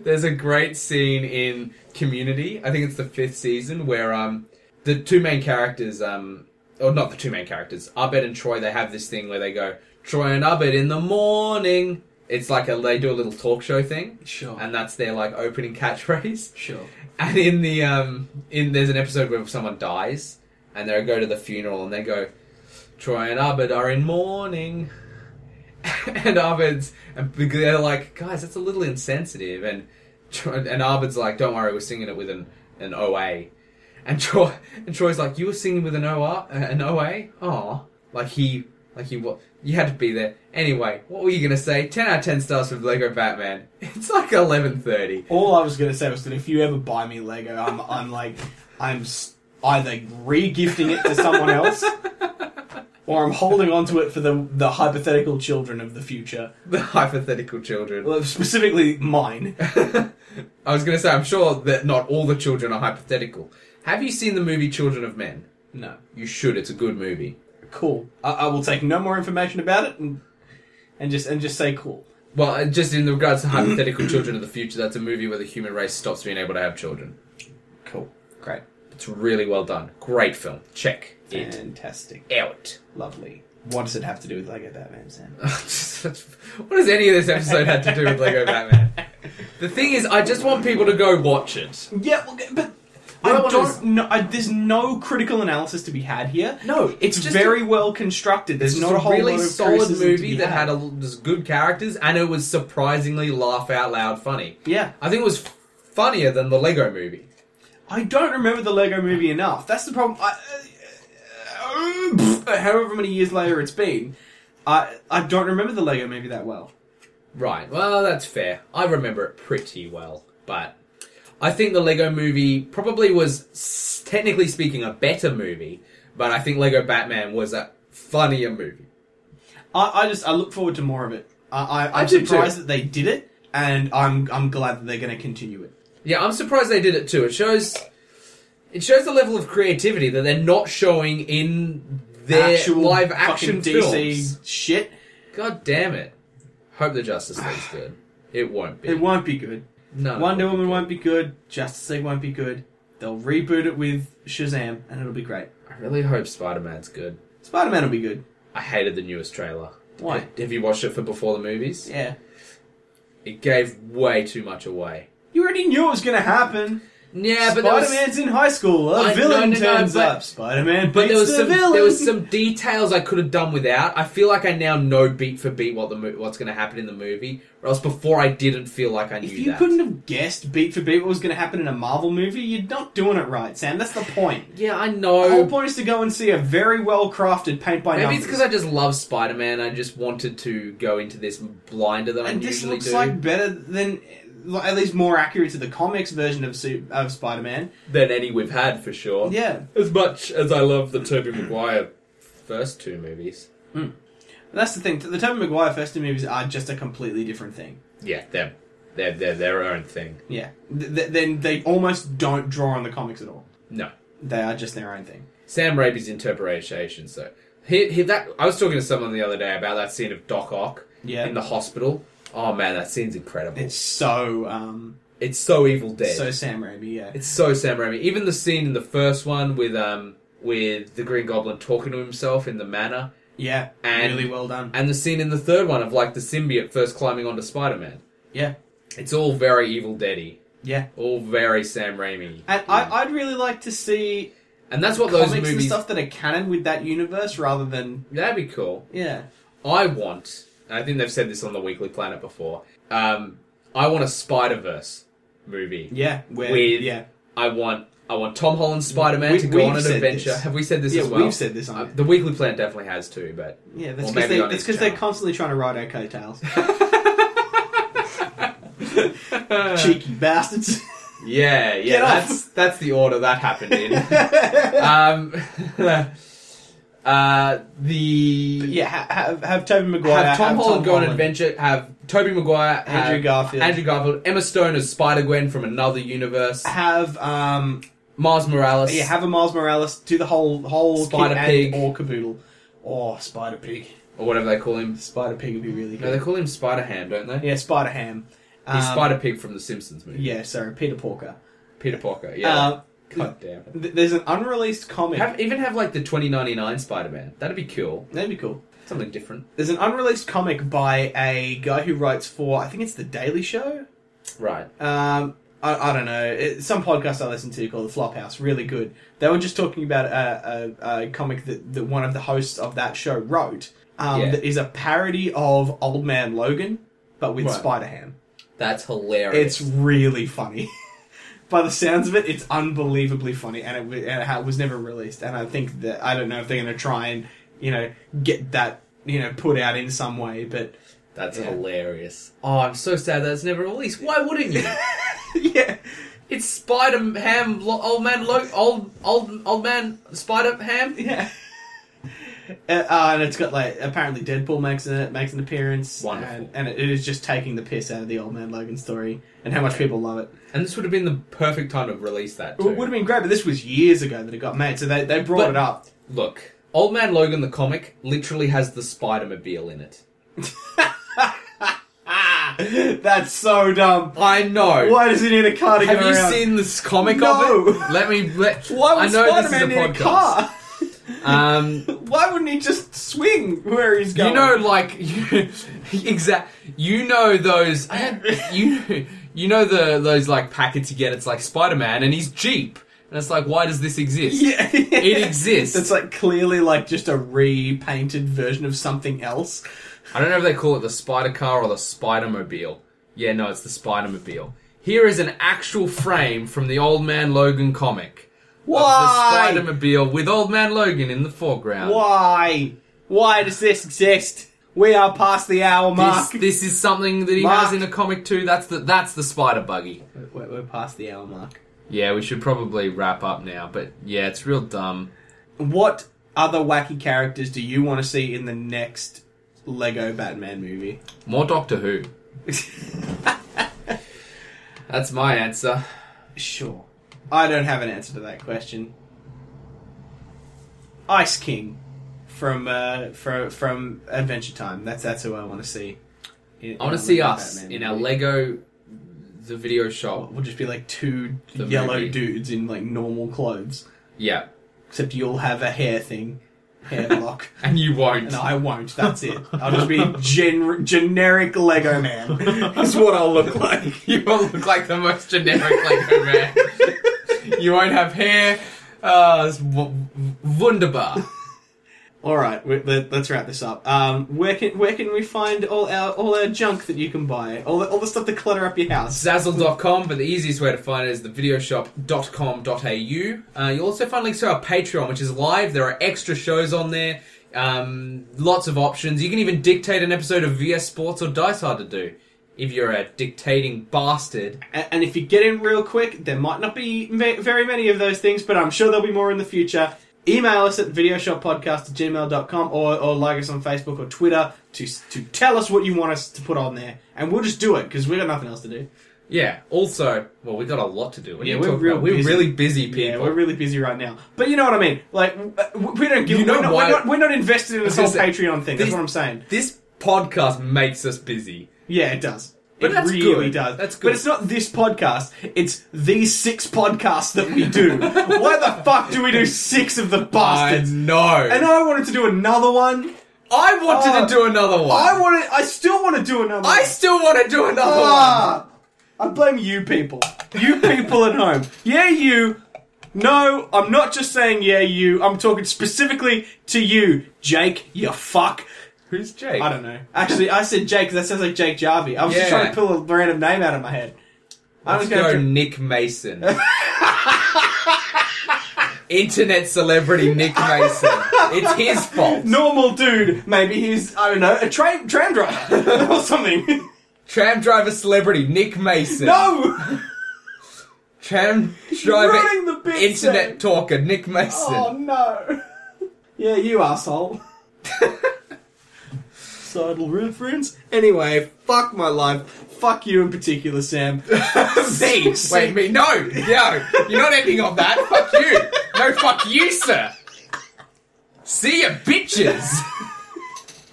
S2: There's a great scene in Community. I think it's the fifth season where um the two main characters um or not the two main characters Abed and Troy they have this thing where they go Troy and Abed in the morning. It's like a they do a little talk show thing,
S1: sure,
S2: and that's their like opening catchphrase.
S1: sure.
S2: And in the um, in there's an episode where someone dies, and they go to the funeral, and they go, Troy and Abed are in mourning, [LAUGHS] and Abed's and they're like, guys, that's a little insensitive, and Troy- and Abed's like, don't worry, we're singing it with an an OA, and Troy and Troy's like, you were singing with an OR uh, an OA, aw, like he like he wa You had to be there anyway. What were you gonna say? Ten out of ten stars for Lego Batman. [LAUGHS] It's like eleven thirty.
S1: All I was gonna say was that if you ever buy me Lego, I'm, I'm like, I'm s- either re-gifting it to someone else, or I'm holding onto it for the the hypothetical children of the future,
S2: The hypothetical children.
S1: well, specifically mine.
S2: [LAUGHS] I was going to say, I'm sure that not all the children are hypothetical. Have you seen the movie Children of Men?
S1: No,
S2: You should. It's a good movie.
S1: cool. I, I will take no more information about it, and and just and just say cool.
S2: Well, uh, just in regards to hypothetical children of the future, that's a movie where the human race stops being able to have children.
S1: Cool. Great.
S2: It's really well done. Great film. Check it
S1: Fantastic.
S2: out. [LAUGHS]
S1: Lovely. What does it have to do with Lego Batman, Sam?
S2: what does any of this episode have to do with Lego Batman? The thing is, I just want people to go watch it.
S1: Yeah, well, but
S2: What I
S1: I
S2: want
S1: don't
S2: is-
S1: know. I, there's no critical analysis to be had here.
S2: No,
S1: It's
S2: just
S1: very well constructed. There's
S2: It's
S1: not a whole
S2: really
S1: lot of
S2: solid
S1: criticism to
S2: movie
S1: be
S2: that had a, just good characters, and it was surprisingly laugh out loud funny.
S1: yeah.
S2: I think it was funnier than the Lego movie.
S1: I don't remember the Lego Movie enough. That's the problem. I, uh, uh, however many years later it's been, I I don't remember the Lego Movie that well.
S2: Right. Well, that's fair. I remember it pretty well, but I think the Lego movie probably was s- technically speaking a better movie, but I think Lego Batman was a funnier movie.
S1: I, I just I look forward to more of it. I, I
S2: I
S1: I'm
S2: do too.
S1: surprised that they did it, and I'm I'm glad that they're going to continue it.
S2: Yeah, I'm surprised they did it too. It shows it shows a level of creativity that they're not showing in their live action
S1: fucking DC
S2: films.
S1: shit.
S2: God damn it. Hope the Justice
S1: [SIGHS]
S2: League's good. It won't be.
S1: It won't be good.
S2: No,
S1: Wonder Woman won't be good. Justice League won't be good. They'll reboot it with Shazam, and it'll be great.
S2: I really hope Spider Man's good.
S1: Spider Man will be good.
S2: I hated the newest trailer.
S1: Why?
S2: Have you watched it for before the movies?
S1: Yeah.
S2: It gave way too much away.
S1: You already knew it was going to happen.
S2: Yeah, but there
S1: Spider
S2: was,
S1: Man's in high school. A
S2: I- no,
S1: villain
S2: no, no,
S1: turns
S2: but-
S1: up. Spider Man
S2: but there was
S1: the
S2: some
S1: villain.
S2: there was some details I could have done without. I feel like I now know beat for beat what the mo- what's going to happen in the movie, or else before I didn't feel like I knew
S1: If you
S2: that.
S1: couldn't have guessed beat for beat what was going to happen in a Marvel movie, you're not doing it right, Sam. That's the point.
S2: yeah, I
S1: The whole
S2: know.
S1: point is to go and see a very well crafted paint by
S2: Maybe
S1: numbers.
S2: it's because I just love Spider Man. I just wanted to go into this blinder than I
S1: and this
S2: usually
S1: looks
S2: do.
S1: like better than, at least more accurate to the comics version of Su- of Spider Man.
S2: than any we've had for sure.
S1: Yeah.
S2: As much as I love the Tobey Maguire first two movies.
S1: That's the thing. The Tobey Maguire first two movies are just a completely different thing.
S2: Yeah, they're they're, they're their own thing.
S1: Yeah. Th- th- then they almost don't draw on the comics at all.
S2: No.
S1: They are just their own thing.
S2: Sam Raimi's interpretation. So he, he that I was talking to someone the other day about that scene of Doc Ock
S1: Yeah.
S2: in the hospital. Oh man, that scene's incredible.
S1: It's
S2: It's,
S1: so um
S2: so Evil Dead.
S1: so Sam Raimi. Yeah.
S2: it's so Sam Raimi. Even the scene in the first one with um with the Green Goblin talking to himself in the manor,
S1: Yeah.
S2: And-
S1: really well done.
S2: and the scene in the third one of like the symbiote first climbing onto Spider Man.
S1: Yeah.
S2: It's all very Evil Deady.
S1: Yeah.
S2: All very Sam Raimi.
S1: And I, I'd really like to see
S2: And that's what those
S1: comics and
S2: movies.
S1: stuff that are canon with that universe rather than
S2: That'd be cool.
S1: yeah.
S2: I want, and I think they've said this on the Weekly Planet before. Um, I want a Spider Verse movie.
S1: Yeah. Where,
S2: With-
S1: yeah.
S2: I want, I want Tom Holland Spider Man
S1: We-
S2: to go
S1: we've
S2: on an
S1: said
S2: adventure.
S1: this.
S2: Have we said this
S1: yeah,
S2: as well?
S1: we've said this on
S2: Uh,
S1: it.
S2: the Weekly Planet definitely has too,
S1: [LAUGHS]
S2: but
S1: Yeah,
S2: or
S1: that's
S2: maybe
S1: because they,
S2: on
S1: that's
S2: his
S1: 'cause they're
S2: channel.
S1: constantly trying to ride our coattails.
S2: [LAUGHS]
S1: Cheeky bastards.
S2: yeah, yeah,
S1: Get off.
S2: that's that's the order that happened in. [LAUGHS] um, [LAUGHS] uh, the
S1: But [LAUGHS] yeah, ha- have have Toby Maguire,
S2: have Tom
S1: have
S2: Holland go on an
S1: Holland.
S2: adventure, have Toby Maguire, have
S1: Andrew Garfield.
S2: Andrew Garfield, Emma Stone as Spider Gwen from another universe,
S1: Have um,
S2: Mars Morales.
S1: yeah, have a Miles Morales do the whole whole
S2: Spider
S1: kit
S2: Pig.
S1: and, or caboodle, or Spider Pig.
S2: or whatever they call him.
S1: Spider Pig would be really
S2: No, they
S1: good.
S2: call him Spider Ham, don't they?
S1: yeah, Spider Ham. Um,
S2: He's Spider Pig from the Simpsons movie.
S1: Yeah, sorry, Peter Porker.
S2: Peter Parker. Yeah.
S1: Um,
S2: God damn. it.
S1: th- there's an unreleased comic.
S2: Have even have like the 2099 Spider Man. That'd be cool.
S1: That'd be cool.
S2: Something different.
S1: There's an unreleased comic by a guy who writes for I think it's the Daily Show.
S2: Right.
S1: Um, I, I don't know. It, some podcast I listened to called The Flophouse, really good. They were just talking about a, a, a comic that, that one of the hosts of that show wrote um,
S2: Yeah.
S1: that is a parody of Old Man Logan, but with
S2: Right.
S1: Spider Ham.
S2: That's hilarious.
S1: It's really funny. [LAUGHS] By the sounds of it, it's unbelievably funny, and it, wa- and it ha- was never released. And I think that I don't know if they're going to try and you know get that you know put out in some way, but [LAUGHS]
S2: that's
S1: yeah.
S2: hilarious. Oh, I'm so sad that's never released. Why wouldn't
S1: [LAUGHS]
S2: you?
S1: yeah,
S2: it's Spider Ham, lo- old man, lo- old old old man Spider Ham.
S1: Yeah. [LAUGHS] Uh, uh, and it's got like apparently Deadpool makes an makes an appearance,
S2: Wonderful.
S1: and, and it, it is just taking the piss out of the old man Logan story and how much people love it.
S2: And this would have been the perfect time to release that.
S1: It
S2: Too.
S1: would have been great, but this was years ago that it got made, so they, they brought
S2: But-
S1: it up. [LAUGHS]
S2: Look, Old Man Logan the comic literally has the Spider Mobile in it.
S1: That's so dumb.
S2: I know.
S1: Why does he need a car to
S2: Have
S1: get
S2: you
S1: around?
S2: seen this comic
S1: No.
S2: of it? [LAUGHS] Let me. Let,
S1: [LAUGHS] Why would
S2: I know
S1: Spider Man
S2: this
S1: need
S2: is a
S1: a
S2: podcast.
S1: car? [LAUGHS]
S2: [LAUGHS] Um,
S1: Why wouldn't he just swing where he's going?
S2: You know, like [LAUGHS] you, exact. You know those. I had, [LAUGHS] you you know the those like packets you get. It's like Spider Man and his Jeep, and it's like, why does this exist?
S1: [LAUGHS] Yeah.
S2: It exists.
S1: It's like clearly like just a repainted version of something else.
S2: I don't know if they call it the Spider Car or the Spider Mobile. Yeah, no, it's the Spider Mobile. Here is an actual frame from the Old Man Logan comic.
S1: Why?
S2: Of the Spider Mobile with Old Man Logan in the foreground.
S1: Why? Why does this exist? We are past the hour
S2: This,
S1: mark.
S2: this is something that he
S1: Mark.
S2: has in the comic too. That's the that's the Spider Buggy.
S1: We're, we're past the hour mark.
S2: Yeah, we should probably wrap up now, but yeah, it's real dumb.
S1: What other wacky characters do you want to see in the next Lego Batman
S2: [LAUGHS]
S1: movie?
S2: More Doctor Who. That's my answer.
S1: Sure. I don't have an answer to that question. Ice King from uh, from from Adventure Time. That's that's who I want to see. in-
S2: I want
S1: in our
S2: to see
S1: Lego
S2: us
S1: Batman
S2: in our
S1: movie.
S2: Lego, the video shop.
S1: We'll just be like two
S2: The
S1: yellow
S2: movie.
S1: dudes in like normal clothes,
S2: Yeah,
S1: except you'll have a hair thing, hair lock, [LAUGHS]
S2: and you won't.
S1: and I won't. That's it. I'll just be gen- generic Lego man. [LAUGHS] Is what I'll look like.
S2: [LAUGHS]
S1: [LAUGHS]
S2: You will look like the most generic Lego man. [LAUGHS] you won't have hair. Uh, it's w- wunderbar.
S1: All right, we, let, us wrap this up. Um, where can where can we find all our all our junk that you can buy? All the, all the stuff that clutter up your house.
S2: Zazzle.com, but the easiest way to find it is thevideoshop.com.au. Uh, you'll also find links to our Patreon, which is live. There are extra shows on there, um, lots of options. You can even dictate an episode of VS Sports or Dice Hard to do if you're a dictating bastard.
S1: And, and if you get in real quick, there might not be ma- very many of those things, but I'm sure there'll be more in the future. Email us at videoshoppodcast@gmail.com or, or like us on Facebook or Twitter to s- to tell us what you want us to put on there, and we'll just do it because we got nothing else to do.
S2: Yeah, also, well, we got a lot to do. What are
S1: Yeah,
S2: you
S1: we're
S2: talking
S1: real
S2: about? we're
S1: busy.
S2: really busy people.
S1: Yeah, we're really busy right now, but you know what I mean. Like w- w- we don't give.
S2: You know
S1: we're, not,
S2: why-
S1: we're, not, we're not invested in this whole
S2: was gonna say,
S1: Patreon thing. That's
S2: this-
S1: what I'm saying.
S2: this podcast makes us busy.
S1: Yeah, it does.
S2: But
S1: it
S2: that's
S1: really
S2: good.
S1: does.
S2: That's
S1: But
S2: good.
S1: it's not this podcast. It's these six podcasts that we
S2: [LAUGHS]
S1: do. Why the fuck do we do six of the bastards?
S2: I know.
S1: and I wanted to do another one.
S2: I wanted
S1: Oh,
S2: to do another one.
S1: I want to. I still want to do another.
S2: I
S1: one.
S2: still want to do another one.
S1: Ah, I blame you people. You people at home. Yeah, you. No, I'm not just saying yeah, you. I'm talking specifically to you, Jake. You fuck.
S2: Who's Jake?
S1: I don't know. Actually, I said Jake 'cause that sounds like Jake Jarvie. I was just
S2: Yeah.
S1: trying to pull a random name out of my head. I was
S2: Let's
S1: going
S2: go,
S1: to.
S2: Nick Mason. Internet celebrity Nick Mason. It's his fault.
S1: Normal dude, maybe he's I don't know a train tram driver [LAUGHS] or something.
S2: Tram driver celebrity Nick Mason.
S1: no,
S2: Tram driver
S1: running the bit.
S2: internet
S1: Jake.
S2: talker Nick Mason.
S1: Oh no. Yeah, you
S2: [LAUGHS]
S1: asshole. Sidle reference. Anyway, fuck my life. Fuck you in particular,
S2: [LAUGHS]
S1: Sam. [LAUGHS]
S2: See, [LAUGHS] wait, me? No, no, you're not ending on that. Fuck you. No, fuck you, sir. See ya, bitches.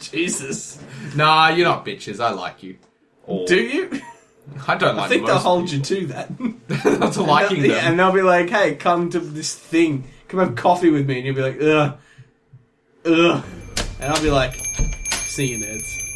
S2: [LAUGHS]
S1: Jesus.
S2: nah, you're not bitches. I like you. Or-
S1: Do you?
S2: I don't like
S1: I think
S2: most
S1: they'll hold you to that. [LAUGHS]
S2: people. [LAUGHS] Not to liking
S1: and, they'll-
S2: them.
S1: and they'll be like, "Hey, come to this thing. Come have coffee with me." And you'll be like, "Ugh, ugh," and I'll be like, "See you, nerds."